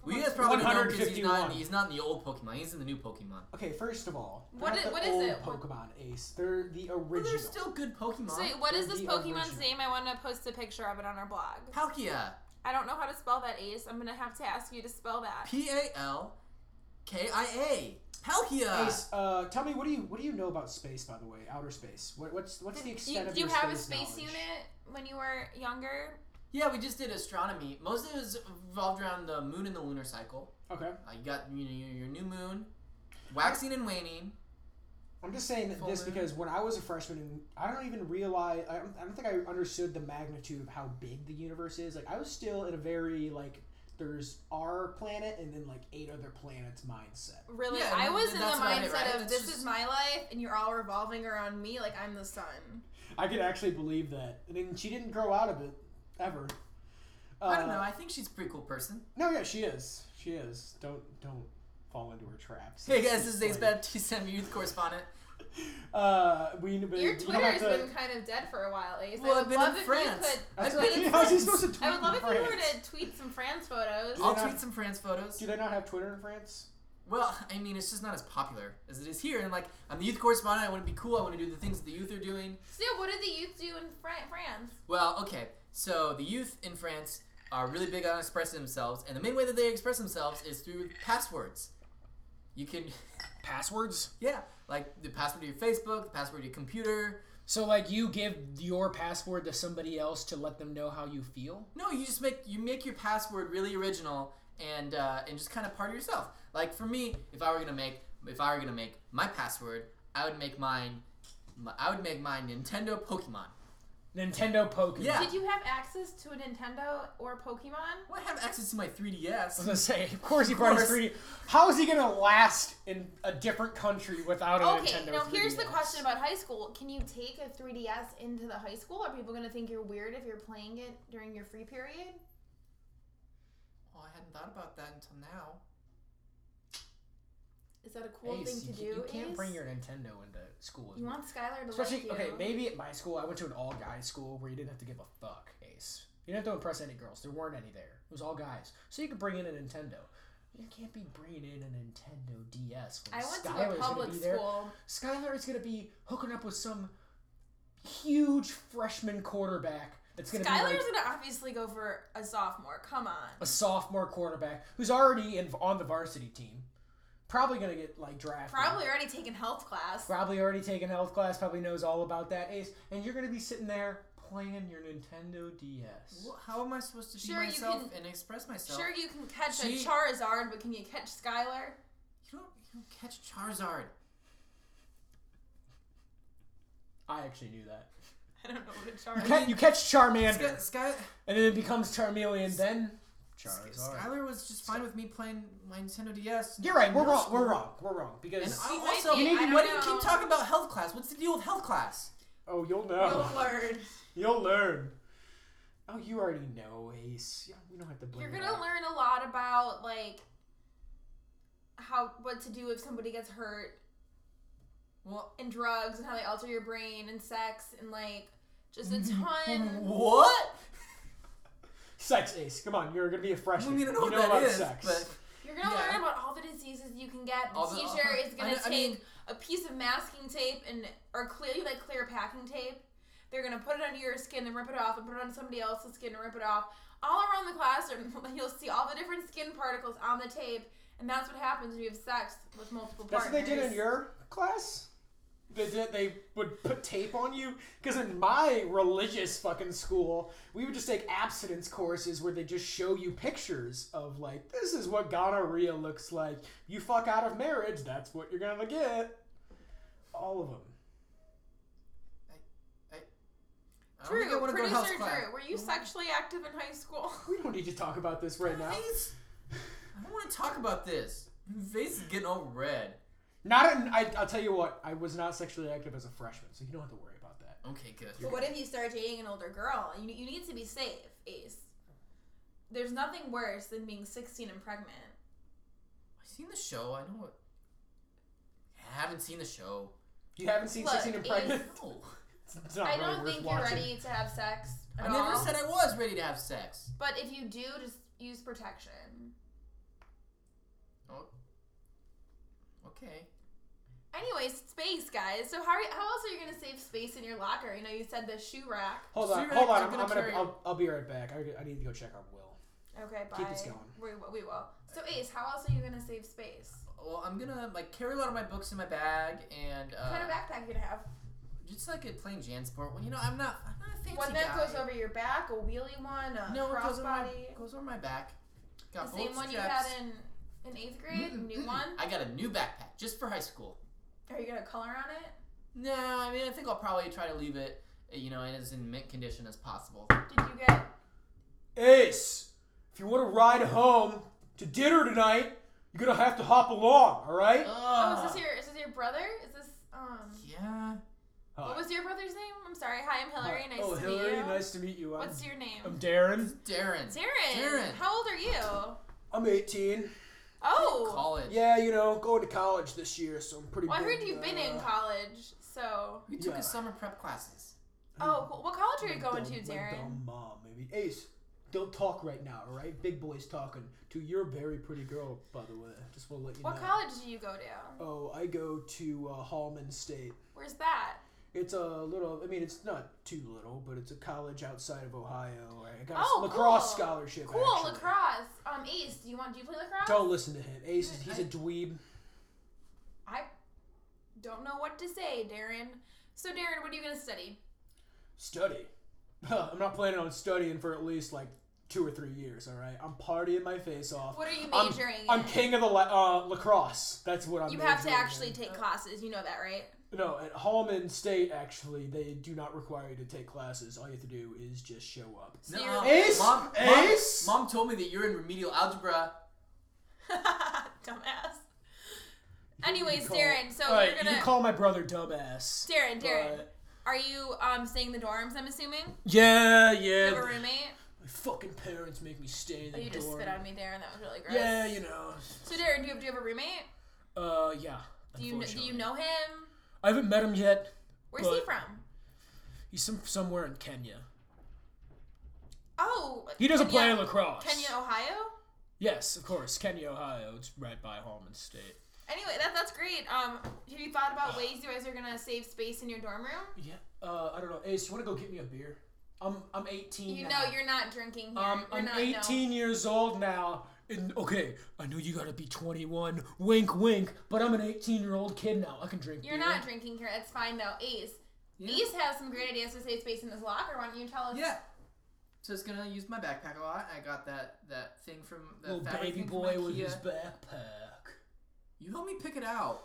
Speaker 3: Well, you guys probably know because he's not,
Speaker 4: 151.
Speaker 3: in, he's not in the old Pokemon. He's in the new Pokemon.
Speaker 4: Okay, first of all, they're
Speaker 2: What
Speaker 4: not
Speaker 2: i-
Speaker 4: the
Speaker 2: what is
Speaker 4: old
Speaker 2: it? What-
Speaker 4: Pokemon Ace. They're the
Speaker 3: But
Speaker 4: original.
Speaker 3: they're still good Pokemon.
Speaker 2: so wait, what is
Speaker 4: they're
Speaker 2: this
Speaker 4: the
Speaker 2: Pokemon's
Speaker 4: original.
Speaker 2: name? I want to post a picture of it on our blog.
Speaker 3: Palkia.
Speaker 2: I don't know how to spell that, Ace. I'm gonna have to ask you to spell that.
Speaker 3: P A L K I A. Palkia.
Speaker 4: Ace, uh, tell me what do you what do you know about space? By the way, outer space. What, what's what's the
Speaker 2: You,
Speaker 4: extent of
Speaker 2: do you
Speaker 4: your
Speaker 2: have a
Speaker 4: space
Speaker 2: space
Speaker 4: knowledge?
Speaker 2: unit when you were younger?
Speaker 3: Yeah, we just did astronomy. Most of it was revolved around the moon and the lunar cycle.
Speaker 4: Okay,
Speaker 3: Uh, you got you know, your, your new moon, waxing and waning.
Speaker 4: I'm just saying that
Speaker 3: Full
Speaker 4: this
Speaker 3: moon.
Speaker 4: because when I was a freshman, and I don't even realize I don't, I don't think I understood the magnitude of how big the universe is. Like I was still in a very like there's our planet and then like eight other planets mindset.
Speaker 2: Really?
Speaker 3: Yeah,
Speaker 2: I
Speaker 3: and
Speaker 2: was
Speaker 3: th-
Speaker 2: in the
Speaker 3: that's about
Speaker 2: mindset
Speaker 3: it, right?
Speaker 2: of
Speaker 3: That's
Speaker 2: this
Speaker 3: just-
Speaker 2: is my life and you're all revolving around me like I'm the sun.
Speaker 4: I could actually believe that. I mean, she didn't grow out of it ever. Uh,
Speaker 3: I don't know. I think she's a pretty cool person.
Speaker 4: No, yeah, she is. She is. Don't don't
Speaker 8: fall into her traps.
Speaker 3: Hey
Speaker 8: It's
Speaker 3: guys, this is
Speaker 8: just
Speaker 3: Ace
Speaker 8: like-
Speaker 3: Baptiste. I'm your youth correspondent.
Speaker 8: Uh, we, we,
Speaker 2: Your
Speaker 8: we don't have
Speaker 2: Twitter's
Speaker 8: to-
Speaker 2: been kind of dead for a while, Ace.
Speaker 3: Well,
Speaker 2: I
Speaker 3: I've
Speaker 2: would
Speaker 3: been
Speaker 2: love
Speaker 3: in
Speaker 2: if you could.
Speaker 3: France. I've
Speaker 8: That's
Speaker 3: been
Speaker 8: like,
Speaker 3: in
Speaker 8: how's he
Speaker 3: France.
Speaker 8: supposed to tweet
Speaker 2: I would love
Speaker 8: in
Speaker 2: if you were
Speaker 8: France?
Speaker 2: to tweet some France photos.
Speaker 8: Do they
Speaker 3: I'll
Speaker 8: not-
Speaker 3: tweet some France photos.
Speaker 8: Do they not have Twitter in France?
Speaker 3: Well, I mean, it's just not as popular as it is here. And like, I'm the youth correspondent. I want to be cool. I want to do the things that the youth are doing.
Speaker 2: So, what did the youth do in Fran- France?
Speaker 3: Well, okay. So the youth in France are really big on expressing themselves, and the main way that they express themselves is through passwords. You can,
Speaker 4: Passwords?
Speaker 3: yeah, like the password to your Facebook, the password to your computer.
Speaker 4: So like you give your password to somebody else to let them know how you feel?
Speaker 3: No, you just make you make your password really original and uh, and just kind of part of yourself. Like for me, if I were gonna make if I were gonna make my password, I would make mine. My, I would make mine Nintendo Pokemon.
Speaker 4: Nintendo Pokemon.
Speaker 3: Yeah.
Speaker 2: Did you have access to a Nintendo or Pokemon?
Speaker 3: Well, I have access to my
Speaker 4: I was
Speaker 3: 3DS.
Speaker 4: gonna say, of course he brought his
Speaker 3: course.
Speaker 4: 3D. How is he gonna last in a different country without a
Speaker 2: Okay,
Speaker 4: Nintendo?
Speaker 2: now here's the
Speaker 4: 3DS?
Speaker 2: question about high school. Can you take a 3DS into the high school? Are people going to think you're weird if you're playing it during your free period?
Speaker 3: Oh, I hadn't thought about that until now.
Speaker 2: Is that a cool
Speaker 4: Ace,
Speaker 2: thing to
Speaker 4: you,
Speaker 2: do?
Speaker 4: ca- you can't bring
Speaker 2: Ace?
Speaker 4: your Nintendo into school.
Speaker 2: You want Skylar to like
Speaker 4: Especially,
Speaker 2: you.
Speaker 4: okay, maybe at my school, I went to an all guy school where you didn't have to give a fuck, Ace. You didn't have to impress any girls. There weren't any there. It was all guys. So you could bring in a Nintendo. You can't be bringing in a Nintendo DS.
Speaker 2: I
Speaker 4: When
Speaker 2: went
Speaker 4: Skylar's
Speaker 2: to a
Speaker 4: gonna
Speaker 2: public
Speaker 4: be there.
Speaker 2: school.
Speaker 4: Skylar is going to be hooking up with some huge freshman quarterback that's going to be
Speaker 2: Skylar's
Speaker 4: like
Speaker 2: gonna obviously go for a sophomore. Come on.
Speaker 4: a sophomore quarterback who's already in, on the varsity team. Probably going to get like drafted.
Speaker 2: Probably already taken health class.
Speaker 4: Probably already taken health class, probably knows all about that ace, and you're going to be sitting there playing your Nintendo DS.
Speaker 3: Well, how am I supposed to be
Speaker 2: Sure, you
Speaker 3: myself
Speaker 2: can-
Speaker 3: and express myself?
Speaker 2: Sure, you can catch
Speaker 3: She-
Speaker 2: a Charizard, but can you catch Skylar?
Speaker 3: You don't, you don't catch Charizard.
Speaker 4: I actually knew that.
Speaker 2: I don't know what a
Speaker 4: You,
Speaker 2: Charizard.
Speaker 4: ca- you catch
Speaker 3: Sky,
Speaker 4: Charmander,
Speaker 3: Sky,
Speaker 4: and then it becomes Charmeleon, then Charizard.
Speaker 3: Skylar was just fine with me playing my Nintendo DS.
Speaker 4: You're right. We're
Speaker 3: No
Speaker 4: wrong.
Speaker 3: school.
Speaker 4: We're wrong. We're wrong because
Speaker 3: And
Speaker 2: She
Speaker 3: I
Speaker 2: might
Speaker 3: also,
Speaker 2: be, I don't
Speaker 3: why do you keep
Speaker 2: know.
Speaker 3: talking about health class? What's the deal with health class?
Speaker 4: oh, you'll
Speaker 2: You'll
Speaker 4: know.
Speaker 2: learn.
Speaker 4: You'll learn. Oh, you already know, Ace. Yeah, we don't have to bring
Speaker 2: You're
Speaker 4: it
Speaker 2: gonna
Speaker 4: up.
Speaker 2: learn a lot about like how what to do if somebody gets hurt
Speaker 3: Well,
Speaker 2: and drugs and how they alter your brain and sex and like just a ton.
Speaker 3: what?
Speaker 4: Sex, Ace. Come on, you're gonna be a
Speaker 3: I
Speaker 4: freshman.
Speaker 3: mean, I know
Speaker 4: you
Speaker 3: what
Speaker 4: know
Speaker 3: that
Speaker 4: about
Speaker 3: is,
Speaker 4: sex.
Speaker 3: but
Speaker 2: You're gonna
Speaker 3: Yeah.
Speaker 2: learn about all the diseases you can get.
Speaker 3: All
Speaker 2: The
Speaker 3: the-
Speaker 2: teacher is
Speaker 3: I
Speaker 2: gonna
Speaker 3: know-
Speaker 2: take
Speaker 3: I mean-
Speaker 2: a piece of masking tape and or clear like clear packing tape. They're gonna put it under your skin and rip it off, and put it on somebody else's skin and rip it off. All around the classroom, you'll see all the different skin particles on the tape, and that's what happens when you have sex with multiple
Speaker 4: That's
Speaker 2: partners.
Speaker 4: what they did in your class. They did. They would put tape on you. Because in my religious fucking school, we would just take abstinence courses where they just show you pictures of like, this is what gonorrhea looks like. You fuck out of marriage. That's what you're gonna get. All of them.
Speaker 3: I don't
Speaker 2: Drew,
Speaker 3: think I wanna go to
Speaker 2: producer
Speaker 3: health
Speaker 2: Drew,
Speaker 3: class.
Speaker 2: were you sexually active in high school?
Speaker 4: We don't need to talk about this right now.
Speaker 3: Please. I don't want to talk about this. Your face is getting all red.
Speaker 4: Not. In, I, I'll tell you what. I was not sexually active as a freshman, so you don't have to worry about that.
Speaker 3: Okay, good.
Speaker 2: But what if you start dating an older girl? You, you need to be safe, Ace. There's nothing worse than being 16 and pregnant.
Speaker 3: I've seen the show. I know what. I haven't seen the show.
Speaker 4: You haven't seen
Speaker 2: Look,
Speaker 4: sixteen and pregnant.
Speaker 3: No.
Speaker 4: It's not
Speaker 2: I
Speaker 4: really
Speaker 2: don't
Speaker 4: worth
Speaker 2: think
Speaker 4: watching.
Speaker 2: you're ready to have sex at
Speaker 3: I never
Speaker 2: all.
Speaker 3: said I was ready to have sex.
Speaker 2: but if you do, just use protection.
Speaker 3: Oh. Okay.
Speaker 2: Anyways, space, guys. So how, are you, how else are you going to save space in your locker? You know, you said the shoe rack.
Speaker 4: Hold
Speaker 3: So
Speaker 4: on,
Speaker 3: you're
Speaker 4: hold on.
Speaker 3: gonna-
Speaker 4: I'm,
Speaker 3: I'm
Speaker 4: I'm
Speaker 3: gonna
Speaker 4: gonna.
Speaker 3: carry-
Speaker 4: I'll, I'll be right back. I, I need to go check on Will.
Speaker 2: Okay, bye.
Speaker 4: Keep this going.
Speaker 2: We, we will. So, Ace, how else are you going to save space?
Speaker 3: Well, I'm gonna like carry a lot of my books in my bag and uh,
Speaker 2: What kind of backpack are you going to have?
Speaker 3: just like a plain Jansport. Well, you know, I'm not. I'm not a fancy
Speaker 2: One that
Speaker 3: guy.
Speaker 2: goes over your back, a wheelie one, a
Speaker 3: No, it goes over, my,
Speaker 2: crossbody.
Speaker 3: goes over my back.
Speaker 2: The
Speaker 3: Got
Speaker 2: same
Speaker 3: both
Speaker 2: one you had
Speaker 3: straps.
Speaker 2: in in eighth grade,
Speaker 3: Mm-mm,
Speaker 2: new
Speaker 4: Mm-hmm.
Speaker 3: mm-mm.
Speaker 2: one.
Speaker 3: I got a new backpack just for high school.
Speaker 2: Are you gonna color on it?
Speaker 3: No, I mean I think I'll probably try to leave it, uh, you know, in as in mint condition as possible.
Speaker 2: Did you get?
Speaker 4: Ace, if you want to ride home to dinner tonight, you're gonna have to hop along. All right?
Speaker 2: Oh,
Speaker 4: Uh.
Speaker 3: Ugh.
Speaker 2: is this your is this your brother? Is this um?
Speaker 3: Yeah.
Speaker 2: What was your brother's name? I'm sorry. Hi, I'm Hillary. Nice
Speaker 4: oh,
Speaker 2: to
Speaker 4: Hillary,
Speaker 2: meet you.
Speaker 4: nice to meet you. I'm,
Speaker 2: What's your name?
Speaker 4: I'm Darren.
Speaker 3: Darren.
Speaker 2: Darren.
Speaker 3: Darren.
Speaker 2: How old are you?
Speaker 4: I'm 18.
Speaker 2: Oh, Oh.
Speaker 3: college.
Speaker 4: Yeah, you know, going to college this year, so I'm pretty.
Speaker 2: Well, I
Speaker 4: big,
Speaker 2: heard you've been in
Speaker 4: uh,
Speaker 2: college, so.
Speaker 3: We took
Speaker 4: Yeah.
Speaker 3: his summer prep classes.
Speaker 2: Oh, wh- what college are you going
Speaker 4: dumb-
Speaker 2: to,
Speaker 4: my
Speaker 2: Darren?
Speaker 4: dumb mom, maybe. Ace, don't talk right now, all right? Big boy's talking to your very pretty girl, by the way. Just want to let you
Speaker 2: What
Speaker 4: know.
Speaker 2: college do you go to?
Speaker 4: Oh, I go to uh, Hallman State.
Speaker 2: Where's that?
Speaker 4: It's a little. I mean, it's not too little, but it's a college outside of Ohio. I got a
Speaker 2: Oh,
Speaker 4: lacrosse
Speaker 2: cool.
Speaker 4: scholarship.
Speaker 2: Cool,
Speaker 4: actually.
Speaker 2: lacrosse. Um, Ace, do you want? Do you play lacrosse?
Speaker 4: Don't listen to him. Ace, is- he's a dweeb.
Speaker 2: I don't know what to say, Darren. So, Darren, what are you gonna study?
Speaker 4: Study. I'm not planning on studying for at least like two or three years. All right, I'm partying my face off.
Speaker 2: What are you
Speaker 4: I'm-
Speaker 2: majoring
Speaker 4: I'm,
Speaker 2: in?
Speaker 4: king of the la- uh, lacrosse. That's what I'm.
Speaker 2: You have to
Speaker 4: majoring in. uh,
Speaker 2: actually take classes. You know that, right?
Speaker 4: No, at Hallman State, actually, they do not require you to take classes. All you have to do is just show up.
Speaker 2: So
Speaker 3: Nuh-uh.
Speaker 2: you're
Speaker 4: Ace?
Speaker 3: Mom, mom-
Speaker 4: Ace?
Speaker 3: Mom, told me that you're in remedial algebra.
Speaker 2: dumbass. Anyways,
Speaker 4: call-
Speaker 2: Darren. So
Speaker 4: All right,
Speaker 2: you're
Speaker 4: you
Speaker 2: gonna.
Speaker 4: can call my brother dumbass.
Speaker 2: Darren, Darren,
Speaker 4: but-
Speaker 2: are you um staying in the dorms? I'm assuming.
Speaker 4: Yeah,
Speaker 2: Do
Speaker 4: yeah.
Speaker 2: you have a roommate?
Speaker 4: My fucking parents make me stay in
Speaker 2: Oh,
Speaker 4: the
Speaker 2: you
Speaker 4: dorm.
Speaker 2: just spit on me, Darren. That was really gross.
Speaker 4: Yeah, you know.
Speaker 2: So, Darren, do you have, do you have a roommate?
Speaker 4: Uh, yeah.
Speaker 2: Do you do you
Speaker 4: unfortunately.
Speaker 2: know him?
Speaker 4: I haven't met him yet.
Speaker 2: Where's he
Speaker 4: But-
Speaker 2: from?
Speaker 4: He's some, somewhere in Kenya.
Speaker 2: Oh,
Speaker 4: He doesn't play
Speaker 2: Kenya,
Speaker 4: lacrosse.
Speaker 2: Kenya, Ohio.
Speaker 4: Yes, of course, Kenya, Ohio. It's right by Hallman State.
Speaker 2: Anyway, that that's great. Um, have you thought about ways you guys are gonna save space in your dorm room?
Speaker 4: Yeah. Uh, I don't know. Ace, you want to go get me a beer? I'm I'm 18.
Speaker 2: You
Speaker 4: now.
Speaker 2: know you're not drinking here.
Speaker 4: Um,
Speaker 2: We're
Speaker 4: I'm
Speaker 2: not, no.
Speaker 4: 18 years old now. And okay, I know you gotta be 21. Wink, wink. But I'm an 18 year old kid now. I can drink
Speaker 2: You're
Speaker 4: beer.
Speaker 2: not drinking here. It's fine though. Ace. Ace has some great ideas to save space in this locker. Why don't you tell us?
Speaker 3: Yeah. So it's gonna use my backpack a lot. I got that that thing from the
Speaker 4: Little
Speaker 3: fabric
Speaker 4: baby
Speaker 3: thing from
Speaker 4: boy with
Speaker 3: Ikea.
Speaker 4: his backpack.
Speaker 3: You helped me pick it out.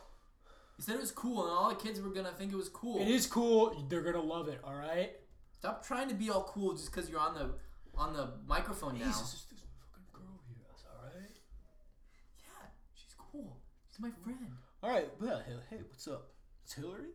Speaker 3: You said it was cool, and all the kids were gonna think it was cool.
Speaker 4: It is cool. They're gonna love it. All right.
Speaker 3: Stop trying to be all cool just because you're on the on the microphone now.
Speaker 4: Jesus, this fucking girl here. That's all right.
Speaker 3: Yeah, she's cool. She's my friend.
Speaker 4: All right. Well, hey, hey, what's up? It's Hillary.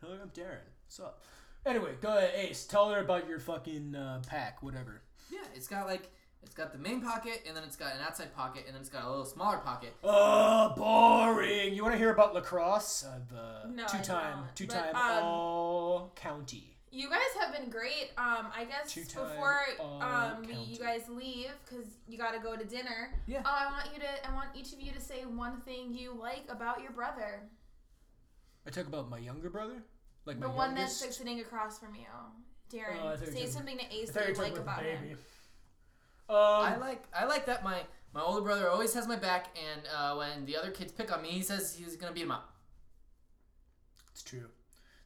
Speaker 4: Hillary, I'm Darren. What's up? Anyway, go ahead, Ace. Tell her about your fucking uh, pack, whatever.
Speaker 3: Yeah, it's got like it's got the main pocket, and then it's got an outside pocket, and then it's got a little smaller pocket.
Speaker 4: Oh, boring. You want to hear about lacrosse? I've uh,
Speaker 2: No, I
Speaker 4: two time,
Speaker 2: don't,
Speaker 4: two
Speaker 2: but,
Speaker 4: time
Speaker 2: um,
Speaker 4: all county.
Speaker 2: You guys have been great. Um, I guess
Speaker 4: Two-time
Speaker 2: before um
Speaker 4: all-county.
Speaker 2: you guys leave, cause you gotta go to dinner.
Speaker 3: Yeah.
Speaker 2: Uh, I want you to. I want each of you to say one thing you like about your brother,
Speaker 4: I talk about my younger brother, like
Speaker 2: the
Speaker 4: my
Speaker 2: one that's
Speaker 4: youngest.
Speaker 2: like, sitting across from you, Darren.
Speaker 4: Oh, I thought you were
Speaker 2: say
Speaker 4: talking-
Speaker 2: something to Ace
Speaker 4: I thought
Speaker 2: that
Speaker 4: you
Speaker 2: you
Speaker 4: were talking
Speaker 2: like
Speaker 4: about
Speaker 2: about
Speaker 4: the
Speaker 2: him.
Speaker 4: baby.
Speaker 3: I
Speaker 4: Um,
Speaker 3: like I like that my my older brother always has my back, and uh, when the other kids pick on me, he says he's gonna beat him up.
Speaker 4: it's true.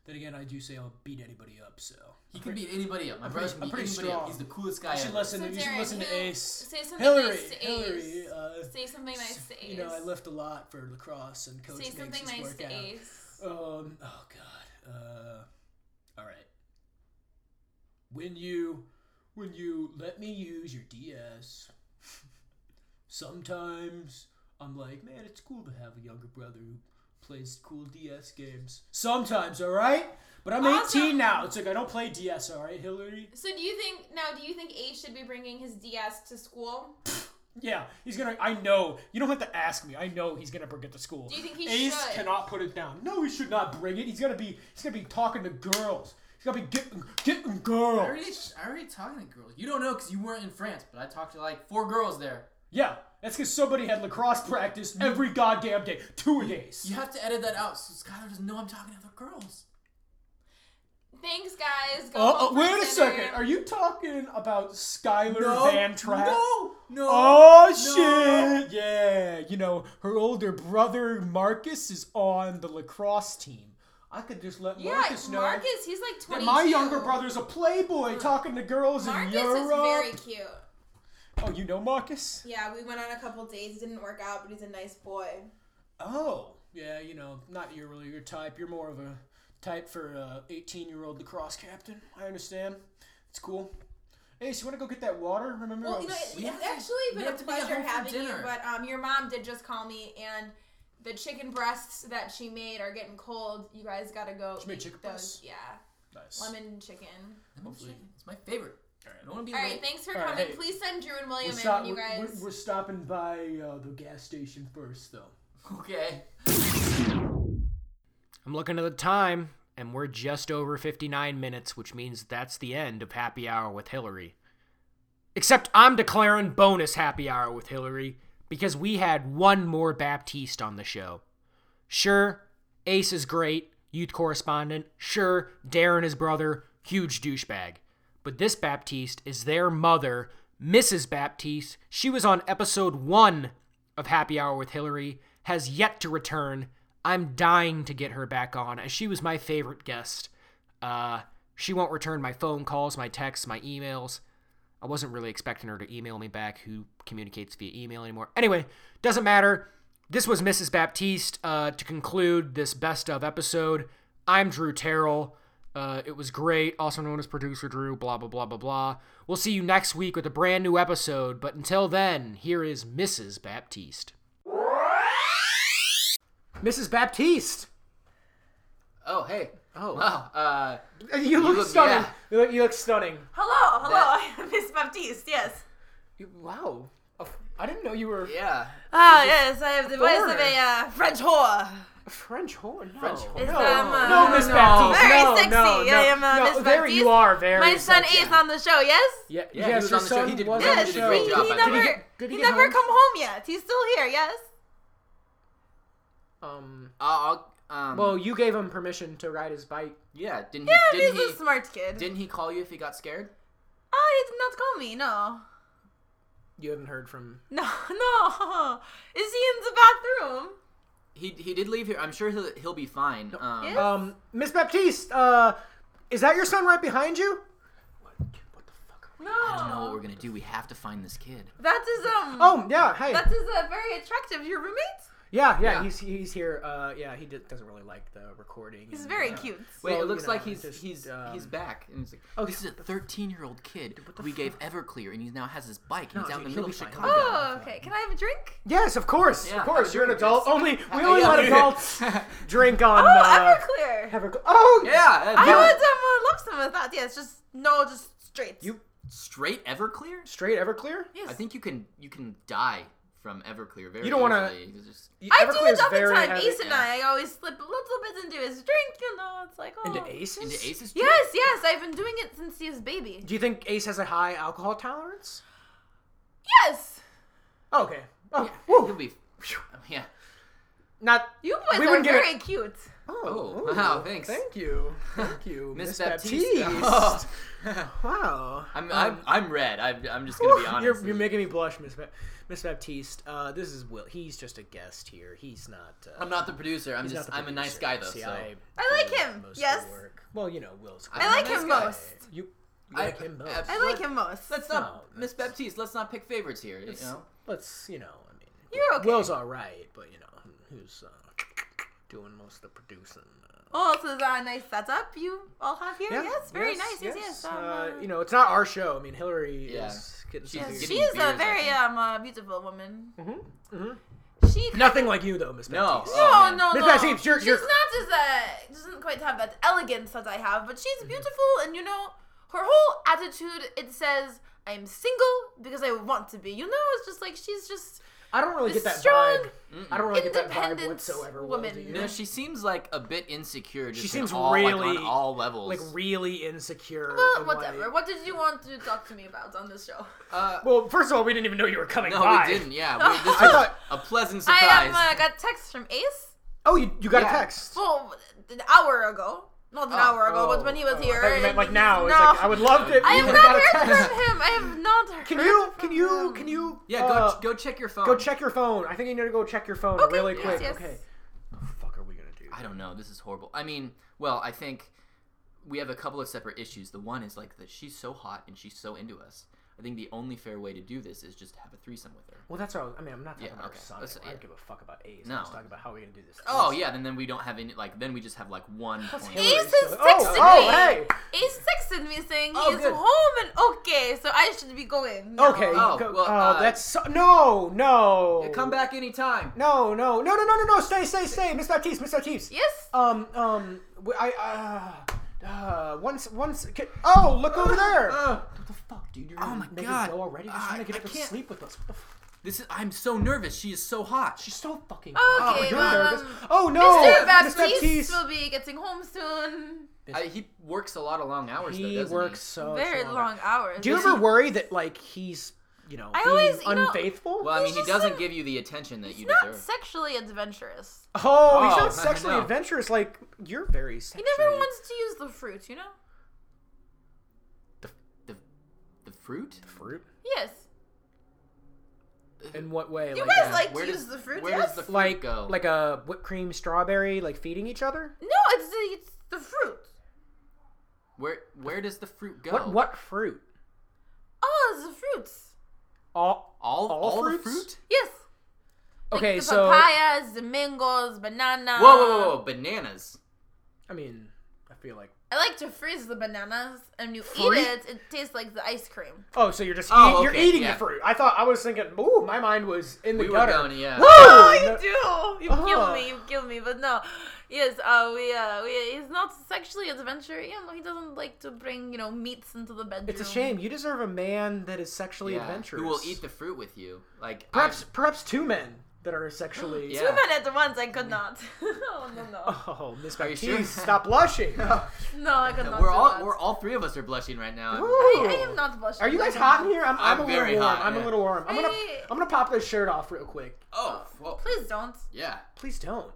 Speaker 4: Then again, I do say I'll beat anybody up, so.
Speaker 3: He can beat anybody up. My brother
Speaker 4: pretty-
Speaker 3: can
Speaker 4: I'm
Speaker 3: beat
Speaker 4: pretty
Speaker 3: anybody up.
Speaker 4: strong.
Speaker 3: He's the coolest guy
Speaker 4: You should
Speaker 3: ever.
Speaker 4: listen,
Speaker 2: So,
Speaker 4: to, you should
Speaker 2: Darren,
Speaker 4: listen to
Speaker 2: who-
Speaker 4: Ace.
Speaker 2: Say something
Speaker 4: Hillary,
Speaker 2: nice to Ace.
Speaker 4: Hillary, uh,
Speaker 2: Say something nice to Ace.
Speaker 4: you know, I left a lot for lacrosse and coach
Speaker 2: Say
Speaker 4: makes
Speaker 2: something
Speaker 4: us
Speaker 2: nice
Speaker 4: work
Speaker 2: to
Speaker 4: out.
Speaker 2: Ace.
Speaker 4: Um. Oh God. Uh. All right. When you, when you let me use your DS, sometimes I'm like, man, it's cool to have a younger brother who plays cool DS games. Sometimes, all right. But I'm
Speaker 2: Also-
Speaker 4: 18 now. It's like I don't play DS, all right, Hillary.
Speaker 2: So do you think now? Do you think Ace should be bringing his DS to school?
Speaker 4: Yeah, he's gonna. I know. You don't have to ask me. I know he's gonna bring it to school.
Speaker 2: Do you think he
Speaker 4: Ace
Speaker 2: should?
Speaker 4: cannot put it down. No, he should not bring it. He's gonna be. He's gonna be talking to girls. He's gonna be getting getting
Speaker 3: I already,
Speaker 4: girls.
Speaker 3: I already talking to girls. You don't know because you weren't in France, but I talked to like four girls there.
Speaker 4: Yeah, that's because somebody had lacrosse practice every goddamn day, two a days.
Speaker 3: You have to edit that out so Skylar doesn't know I'm talking to other girls.
Speaker 2: Thanks, guys. Go
Speaker 4: Uh, uh,
Speaker 2: home for
Speaker 4: wait a
Speaker 2: dinner.
Speaker 4: second. Are you talking about Skylar Van Trapp?
Speaker 3: no, no.
Speaker 4: Oh
Speaker 3: No.
Speaker 4: shit! Yeah, you know her older brother Marcus is on the lacrosse team. I could just let
Speaker 2: yeah,
Speaker 4: Marcus
Speaker 2: Marcus,
Speaker 4: know.
Speaker 2: he's like
Speaker 4: that
Speaker 2: 22.
Speaker 4: my younger brother's a playboy talking to girls
Speaker 2: Marcus
Speaker 4: in Europe.
Speaker 2: is very cute.
Speaker 4: Oh, you know Marcus?
Speaker 5: Yeah, we went on a couple dates. It didn't work out, but he's a nice boy.
Speaker 4: Oh, yeah, you know, not your really your type. You're more of a type for a 18 year old lacrosse captain. I understand. It's cool. Ace, you want to go get that water? Remember? uh, I
Speaker 5: Well, you know,
Speaker 4: was-
Speaker 5: it's
Speaker 3: We have to-
Speaker 5: actually
Speaker 3: we
Speaker 5: been
Speaker 3: have
Speaker 5: a
Speaker 3: to be at
Speaker 5: pleasure
Speaker 3: home for
Speaker 5: having you,
Speaker 3: dinner.
Speaker 5: but
Speaker 2: But um, your mom did just call me, and the chicken breasts that she made are getting cold. You guys gotta go.
Speaker 4: She made
Speaker 2: eat
Speaker 4: chicken
Speaker 2: those.
Speaker 4: breasts?
Speaker 2: Yeah,
Speaker 4: nice.
Speaker 2: lemon chicken.
Speaker 3: Lemon chicken. It's my favorite. All right, I don't want to be
Speaker 2: All right,
Speaker 3: late.
Speaker 2: thanks for
Speaker 4: All right,
Speaker 2: coming.
Speaker 4: hey.
Speaker 2: Please send Drew and William
Speaker 4: we're,
Speaker 2: in,
Speaker 4: stop-
Speaker 2: you
Speaker 4: we're-
Speaker 2: guys.
Speaker 4: we're- we're stopping by uh, the gas station first, though.
Speaker 3: Okay.
Speaker 1: I'm looking at the time, and we're just over 59 minutes, which means that's the end of Happy Hour with Hillary. Except I'm declaring bonus Happy Hour with Hillary because we had one more Baptiste on the show. Sure, Ace is great, youth correspondent. Sure, Darren, his brother, huge douchebag. But this Baptiste is their mother, Mrs. Baptiste. She was on episode one of Happy Hour with Hillary, has yet to return. I'm dying to get her back on, as she was my favorite guest. Uh, she won't return my phone calls, my texts, my emails. I wasn't really expecting her to email me back, who communicates via email anymore. Anyway, doesn't matter. This was Mrs. Baptiste. Uh, to conclude this best of episode, I'm Drew Terrell. Uh, it was great, also known as producer Drew, blah, blah, blah, blah, blah. We'll see you next week with a brand new episode, but until then, here is Mrs. Baptiste. Mrs. Baptiste!
Speaker 3: Oh, hey.
Speaker 1: Oh.
Speaker 3: Wow. Uh,
Speaker 4: You look,
Speaker 3: look-
Speaker 4: stunning.
Speaker 3: yeah.
Speaker 4: You, look, you look stunning.
Speaker 2: Hello, hello, Miss Baptiste. Yes.
Speaker 4: You- wow. A f- I didn't know you were
Speaker 3: yeah.
Speaker 2: Ah, yes, I have the voice of a
Speaker 4: foreigner.
Speaker 2: uh, French whore.
Speaker 4: a French whore. No.
Speaker 3: French whore.
Speaker 2: It's,
Speaker 4: No,
Speaker 2: um, uh,
Speaker 4: no, Miss
Speaker 2: no.
Speaker 4: Baptiste.
Speaker 2: Very
Speaker 4: no,
Speaker 2: sexy.
Speaker 4: No, no,
Speaker 2: I am, uh,
Speaker 4: no.
Speaker 2: Miss
Speaker 4: There
Speaker 2: Baptiste.
Speaker 4: you are. Very
Speaker 2: My son
Speaker 4: sexy.
Speaker 2: Ace on the show. Yes.
Speaker 4: Yeah, yes,
Speaker 3: Yeah, he was
Speaker 4: your
Speaker 3: on the show.
Speaker 4: son
Speaker 3: He did
Speaker 4: was
Speaker 3: really
Speaker 4: on
Speaker 2: Yes,
Speaker 4: the
Speaker 3: good
Speaker 2: he,
Speaker 4: show.
Speaker 3: great
Speaker 2: he
Speaker 3: job. Did he
Speaker 2: never,
Speaker 4: get- did he
Speaker 2: he
Speaker 4: get
Speaker 2: never
Speaker 4: home?
Speaker 2: come home yet. He's still here. Yes.
Speaker 4: Um,
Speaker 3: Uh, I'll, um,
Speaker 4: well, you gave him permission to ride his bike.
Speaker 3: yeah. Didn't
Speaker 2: Yeah,
Speaker 3: he?
Speaker 2: he's
Speaker 3: Didn't
Speaker 2: a
Speaker 3: he,
Speaker 2: smart kid.
Speaker 3: didn't he call you if he got scared?
Speaker 2: Oh, he did not call me. No,
Speaker 4: You haven't heard from.
Speaker 2: no, no. Is he in the bathroom?
Speaker 3: He he did leave here. I'm sure he'll he'll be fine. Um,
Speaker 2: Yeah.
Speaker 4: Um, Miss Baptiste, uh, is that your son right behind you?
Speaker 2: No.
Speaker 3: I don't know what we're gonna do. We have to find this kid.
Speaker 2: That is um.
Speaker 4: Oh, yeah, hey.
Speaker 2: That is uh, very attractive. Your roommate?
Speaker 4: Yeah, yeah,
Speaker 3: Yeah.
Speaker 4: he's he's here. Uh, yeah, he did, doesn't really like the recording.
Speaker 2: He's
Speaker 4: and,
Speaker 2: very
Speaker 4: uh,
Speaker 2: cute.
Speaker 3: Wait,
Speaker 4: Well,
Speaker 3: it looks
Speaker 4: you know,
Speaker 3: like he's
Speaker 4: just,
Speaker 3: he's
Speaker 4: um,
Speaker 3: he's back, and he's like,
Speaker 4: Oh,
Speaker 3: this is a 13 year old kid we gave Everclear, and he now has his bike,
Speaker 4: No,
Speaker 3: and he's out in the
Speaker 4: he'll
Speaker 3: middle of
Speaker 4: be fine.
Speaker 3: Chicago.
Speaker 2: Oh, okay. Can I have a drink?
Speaker 4: Yes, of course,
Speaker 3: Yeah,
Speaker 4: of course.
Speaker 3: I'm
Speaker 4: You're an
Speaker 3: doing
Speaker 4: adult.
Speaker 3: this.
Speaker 4: Only we
Speaker 3: Uh,
Speaker 4: only
Speaker 3: yeah,
Speaker 4: let
Speaker 3: dude.
Speaker 4: adults drink on.
Speaker 2: Oh,
Speaker 4: uh,
Speaker 2: Everclear.
Speaker 4: Everclear. Oh,
Speaker 3: yeah,
Speaker 2: I
Speaker 3: yeah.
Speaker 2: would um, uh, love some of that. Yes, just no, just straight.
Speaker 4: You-
Speaker 3: straight Everclear.
Speaker 4: straight Everclear.
Speaker 2: Yes.
Speaker 3: I think you can you can die from Everclear very
Speaker 4: You don't wanna-
Speaker 3: easily. You just-
Speaker 2: I do
Speaker 4: Everclear's
Speaker 2: it all the
Speaker 4: very
Speaker 2: time.
Speaker 4: heavy-
Speaker 2: Ace and I, I always slip a little bit into his drink, you know. It's like, oh.
Speaker 4: Into aces.
Speaker 3: into Ace's drink?
Speaker 2: Yes, yes, I've been doing it since he was a baby.
Speaker 4: Do you think Ace has a high alcohol tolerance?
Speaker 2: Yes,
Speaker 4: Oh, okay. Oh,
Speaker 3: Yeah,
Speaker 4: woo.
Speaker 3: he'll be. um, Yeah.
Speaker 4: not.
Speaker 2: you boys
Speaker 4: We
Speaker 2: are
Speaker 4: wouldn't get
Speaker 2: very cute.
Speaker 3: Oh, wow, thanks.
Speaker 4: Thank you. Thank you,
Speaker 3: Miss
Speaker 4: Miss
Speaker 3: Baptiste.
Speaker 4: Baptiste.
Speaker 3: Oh.
Speaker 4: Wow.
Speaker 3: I'm, I'm
Speaker 4: Um,
Speaker 3: I'm red. I'm, I'm just gonna be honest.
Speaker 4: You're, you're making me blush, Miss ba- Miss Baptiste. Uh, this is Will. He's just a guest here. He's not. Uh,
Speaker 3: I'm not the producer. I'm
Speaker 4: he's
Speaker 3: just
Speaker 4: not the
Speaker 3: I'm a nice guy
Speaker 4: producer.
Speaker 3: though.
Speaker 4: See,
Speaker 3: so
Speaker 4: I,
Speaker 2: I like
Speaker 4: do
Speaker 2: him,
Speaker 4: most of the
Speaker 2: yes.
Speaker 4: work. Well, you know, Will's.
Speaker 3: I'm
Speaker 2: I
Speaker 3: a
Speaker 2: like
Speaker 3: nice
Speaker 2: him
Speaker 3: guy.
Speaker 2: most.
Speaker 4: You, you
Speaker 3: I-
Speaker 4: like him most.
Speaker 3: abs-
Speaker 2: I
Speaker 3: Let's-
Speaker 2: like him most.
Speaker 3: Let's
Speaker 4: No,
Speaker 3: not Miss Baptiste. Let's not pick favorites here. You know.
Speaker 4: Let's you know. I mean,
Speaker 2: You're okay.
Speaker 4: Will's all right, but you know, who's uh, doing most of the producing? Uh,
Speaker 2: Oh, so is that a nice setup you all have here?
Speaker 4: Yeah,
Speaker 2: Yes, very nice. Yes, yes. um,
Speaker 4: Uh,
Speaker 2: uh,
Speaker 4: you know, it's not our show. I mean, Hillary
Speaker 3: Yeah.
Speaker 4: is getting
Speaker 3: She's
Speaker 2: yes,
Speaker 4: some beers.
Speaker 2: she
Speaker 3: getting
Speaker 2: is
Speaker 3: beers,
Speaker 2: a
Speaker 3: I
Speaker 2: very
Speaker 3: think.
Speaker 2: um uh, beautiful woman.
Speaker 4: Mm-hmm. Mm-hmm.
Speaker 2: She
Speaker 4: Nothing like you though, Miss
Speaker 3: No.
Speaker 4: Baptiste.
Speaker 2: no
Speaker 3: Oh, man.
Speaker 2: no
Speaker 4: Miss
Speaker 2: no.
Speaker 4: Baptiste, you're-
Speaker 2: she's
Speaker 4: you're-
Speaker 2: not as uh doesn't quite have that elegance that I have, but she's beautiful and you know her whole attitude it says I'm single because I want to be. You know, it's just like she's just
Speaker 4: I don't really
Speaker 2: This
Speaker 4: get that
Speaker 2: strong,
Speaker 4: vibe. I don't really get that vibe
Speaker 2: independent
Speaker 4: whatsoever. Will,
Speaker 2: woman.
Speaker 4: do you?
Speaker 3: No, she seems like a bit insecure. Just
Speaker 4: She
Speaker 3: in
Speaker 4: seems
Speaker 3: all, like,
Speaker 4: really-
Speaker 3: on all levels.
Speaker 4: like really insecure.
Speaker 2: well,
Speaker 4: and,
Speaker 2: whatever.
Speaker 4: like-
Speaker 2: What did you want to talk to me about on this show?
Speaker 3: uh,
Speaker 4: well, first of all, we didn't even know you were coming
Speaker 3: no,
Speaker 4: by.
Speaker 3: we didn't. Yeah, we, this
Speaker 4: I
Speaker 3: was
Speaker 4: thought-
Speaker 3: a pleasant surprise.
Speaker 2: I um, uh, got text from Ace.
Speaker 4: Oh, you, you got
Speaker 3: Yeah.
Speaker 4: a text.
Speaker 2: Well, an hour ago. Not an
Speaker 3: Oh.
Speaker 2: hour ago,
Speaker 4: Oh,
Speaker 2: but when he was
Speaker 4: oh,
Speaker 2: here.
Speaker 4: I thought you meant like
Speaker 2: and
Speaker 4: now.
Speaker 2: he's-
Speaker 4: It's like I would love to.
Speaker 2: I
Speaker 4: you
Speaker 2: have not
Speaker 4: would've got a
Speaker 2: heard
Speaker 4: text.
Speaker 2: from him. I have not heard.
Speaker 4: Can you
Speaker 2: from
Speaker 4: can you
Speaker 2: him.
Speaker 4: can you
Speaker 3: yeah, go
Speaker 4: uh,
Speaker 3: go check your phone.
Speaker 4: go check your phone? I think you need to go check your phone
Speaker 2: Okay,
Speaker 4: really
Speaker 2: yes,
Speaker 4: quick.
Speaker 2: yes.
Speaker 4: Okay. What the fuck are we gonna do?
Speaker 3: I don't know. This is horrible. I mean, well, I think we have a couple of separate issues. The one is like that she's so hot and she's so into us. I think the only fair way to do this is just have a threesome with her.
Speaker 4: Well, that's what I, was, I mean. I'm not talking
Speaker 3: Yeah,
Speaker 4: about
Speaker 3: okay.
Speaker 4: Sonic.
Speaker 3: Let's-
Speaker 4: I
Speaker 3: yeah.
Speaker 4: don't give a fuck about A's.
Speaker 3: No.
Speaker 4: I'm just talking about how we're gonna do this.
Speaker 3: Oh
Speaker 4: Ace.
Speaker 3: yeah, then then we don't have any like then we just have like one point.
Speaker 4: Hillary
Speaker 2: Ace
Speaker 4: still-
Speaker 2: is
Speaker 4: oh,
Speaker 2: texting
Speaker 4: oh,
Speaker 2: me.
Speaker 4: hey.
Speaker 2: He's texted me saying
Speaker 3: Oh,
Speaker 2: he's
Speaker 3: good.
Speaker 2: home and okay, so I should be going. now.
Speaker 4: Okay.
Speaker 3: Oh,
Speaker 4: go,
Speaker 3: well,
Speaker 4: oh,
Speaker 3: uh,
Speaker 4: that's so, no, no.
Speaker 3: Yeah, come back anytime.
Speaker 4: No, no, no, no, no, no, no. Stay, stay, stay, Miss Baptiste, Miss Baptiste.
Speaker 2: Yes.
Speaker 4: Um, um, w- Um, I, uh, Uh, once, once. Can, oh, look over there!
Speaker 8: Oh,
Speaker 4: what the fuck, dude? You're
Speaker 1: Oh my
Speaker 4: making
Speaker 1: God.
Speaker 4: Go already? You're
Speaker 1: Ah,
Speaker 4: trying to get
Speaker 1: I
Speaker 4: up and
Speaker 1: can't-
Speaker 4: sleep with us. What the fuck?
Speaker 1: This is. I'm so nervous. She is so hot.
Speaker 4: She's so fucking.
Speaker 2: Okay,
Speaker 4: you're
Speaker 2: well,
Speaker 4: nervous.
Speaker 2: um,
Speaker 4: Oh no,
Speaker 2: Mr.
Speaker 4: Miss
Speaker 2: Baptiste
Speaker 4: Baptiste.
Speaker 2: will be getting home soon.
Speaker 3: I, he works a lot of long hours. though,
Speaker 4: He
Speaker 3: doesn't
Speaker 4: works so
Speaker 2: Very
Speaker 4: long.
Speaker 2: long hours.
Speaker 4: Do you
Speaker 2: Is
Speaker 4: ever
Speaker 2: he-
Speaker 4: worry that like he's, you know,
Speaker 2: I
Speaker 4: being
Speaker 2: always- you know-
Speaker 4: unfaithful?
Speaker 3: He? Well, I
Speaker 2: He's
Speaker 3: mean,
Speaker 2: just
Speaker 3: he doesn't
Speaker 2: some-
Speaker 3: give you the attention that
Speaker 2: He's
Speaker 3: you
Speaker 2: not
Speaker 3: deserve.
Speaker 2: sexually adventurous.
Speaker 4: Oh, he's
Speaker 1: Oh,
Speaker 4: not sexually
Speaker 1: no.
Speaker 4: adventurous. Like you're very
Speaker 2: He
Speaker 4: sexually.
Speaker 2: never wants to use the fruit, you know?
Speaker 3: the, the, the fruit?
Speaker 4: fruit.
Speaker 2: Yes.
Speaker 4: In what way?
Speaker 2: You
Speaker 4: like
Speaker 2: guys
Speaker 4: a-
Speaker 2: like
Speaker 3: where
Speaker 2: to
Speaker 3: does-
Speaker 2: use the fruit,
Speaker 3: Where
Speaker 2: yes?
Speaker 3: does the fruit
Speaker 4: like
Speaker 3: go?
Speaker 4: like a whipped cream strawberry, like feeding each other.
Speaker 2: No, it's the, it's the fruit.
Speaker 3: where where does the fruit go?
Speaker 4: What what fruit?
Speaker 2: Oh, it's the fruits.
Speaker 4: All
Speaker 3: All
Speaker 4: all
Speaker 3: all the
Speaker 4: fruits?
Speaker 3: fruit?
Speaker 2: Yes. Like
Speaker 4: okay.
Speaker 2: the
Speaker 4: so
Speaker 2: papayas, the mangoes, banana.
Speaker 3: Whoa, whoa, whoa, whoa! Bananas.
Speaker 4: I mean, I feel like
Speaker 2: I like to freeze the bananas, and when you
Speaker 4: Fruit?
Speaker 2: eat it, it tastes like the ice cream.
Speaker 4: oh, so you're just
Speaker 3: Oh,
Speaker 4: eat-
Speaker 3: okay,
Speaker 4: you're eating
Speaker 3: yeah.
Speaker 4: the fruit. I thought I was thinking. Ooh, my mind was in the
Speaker 3: We were
Speaker 4: gutter.
Speaker 3: going, yeah.
Speaker 4: Whoa!
Speaker 2: Oh,
Speaker 4: No-
Speaker 2: you do. You
Speaker 4: Oh.
Speaker 2: kill me. You kill me. But no, yes. Uh, we uh, we. He's not sexually adventurous. You know, he doesn't like to bring you know meats into the bedroom.
Speaker 4: It's a shame. You deserve a man that is sexually
Speaker 3: Yeah,
Speaker 4: adventurous.
Speaker 3: Who will eat the fruit with you? Like
Speaker 4: perhaps
Speaker 3: I'm-
Speaker 4: perhaps two men that are sexually.
Speaker 3: Yeah.
Speaker 2: Two men at once. I could not. oh no no
Speaker 4: Mm. Oh, Miss
Speaker 3: Are you
Speaker 4: Baptiste,
Speaker 3: sure?
Speaker 4: stop blushing.
Speaker 2: no. I could not.
Speaker 3: we're
Speaker 2: do
Speaker 3: all
Speaker 2: that.
Speaker 3: we're all three of us are blushing right now.
Speaker 4: Ooh.
Speaker 2: I, I am not blushing.
Speaker 4: Are you guys
Speaker 2: Don't
Speaker 4: hot in
Speaker 2: laugh.
Speaker 4: here? I'm, I'm,
Speaker 3: I'm
Speaker 4: a little
Speaker 3: very
Speaker 4: warm.
Speaker 3: hot,
Speaker 4: I'm
Speaker 3: yeah.
Speaker 4: a little warm. I'm gonna
Speaker 2: Hey.
Speaker 4: I'm gonna pop this shirt off real quick.
Speaker 3: Oh, well,
Speaker 2: Please don't.
Speaker 3: yeah.
Speaker 4: Please don't,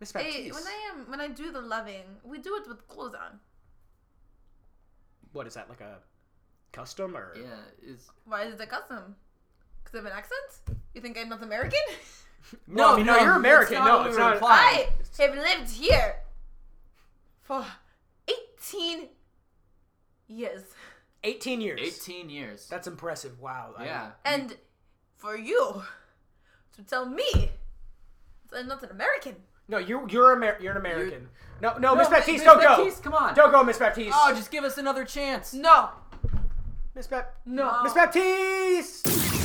Speaker 4: Miss Baptiste.
Speaker 2: Hey, when I am when I do the loving, we do it with clothes on.
Speaker 4: What is that like a custom or?
Speaker 3: Yeah, is
Speaker 2: Why is it a custom? Because I have an accent? You think I'm not American?
Speaker 4: No, I mean, no, you're American.
Speaker 3: that's
Speaker 4: No,
Speaker 3: what
Speaker 4: it's
Speaker 3: we
Speaker 4: not-
Speaker 3: were implying.
Speaker 2: I have lived here for 18 years.
Speaker 4: 18 years.
Speaker 3: 18 years.
Speaker 4: That's impressive. Wow. I-
Speaker 3: yeah.
Speaker 2: And for you to tell me that I'm not an American.
Speaker 4: no, you you're Amer- you're an American. No, no, Miss
Speaker 3: No,
Speaker 4: Baptiste,
Speaker 3: Miss
Speaker 4: don't
Speaker 3: Baptiste,
Speaker 4: go.
Speaker 3: come on.
Speaker 4: Don't go, Miss Baptiste.
Speaker 3: Oh, just give us another chance.
Speaker 2: No.
Speaker 4: Miss Bap.
Speaker 2: No.
Speaker 4: Miss Baptiste.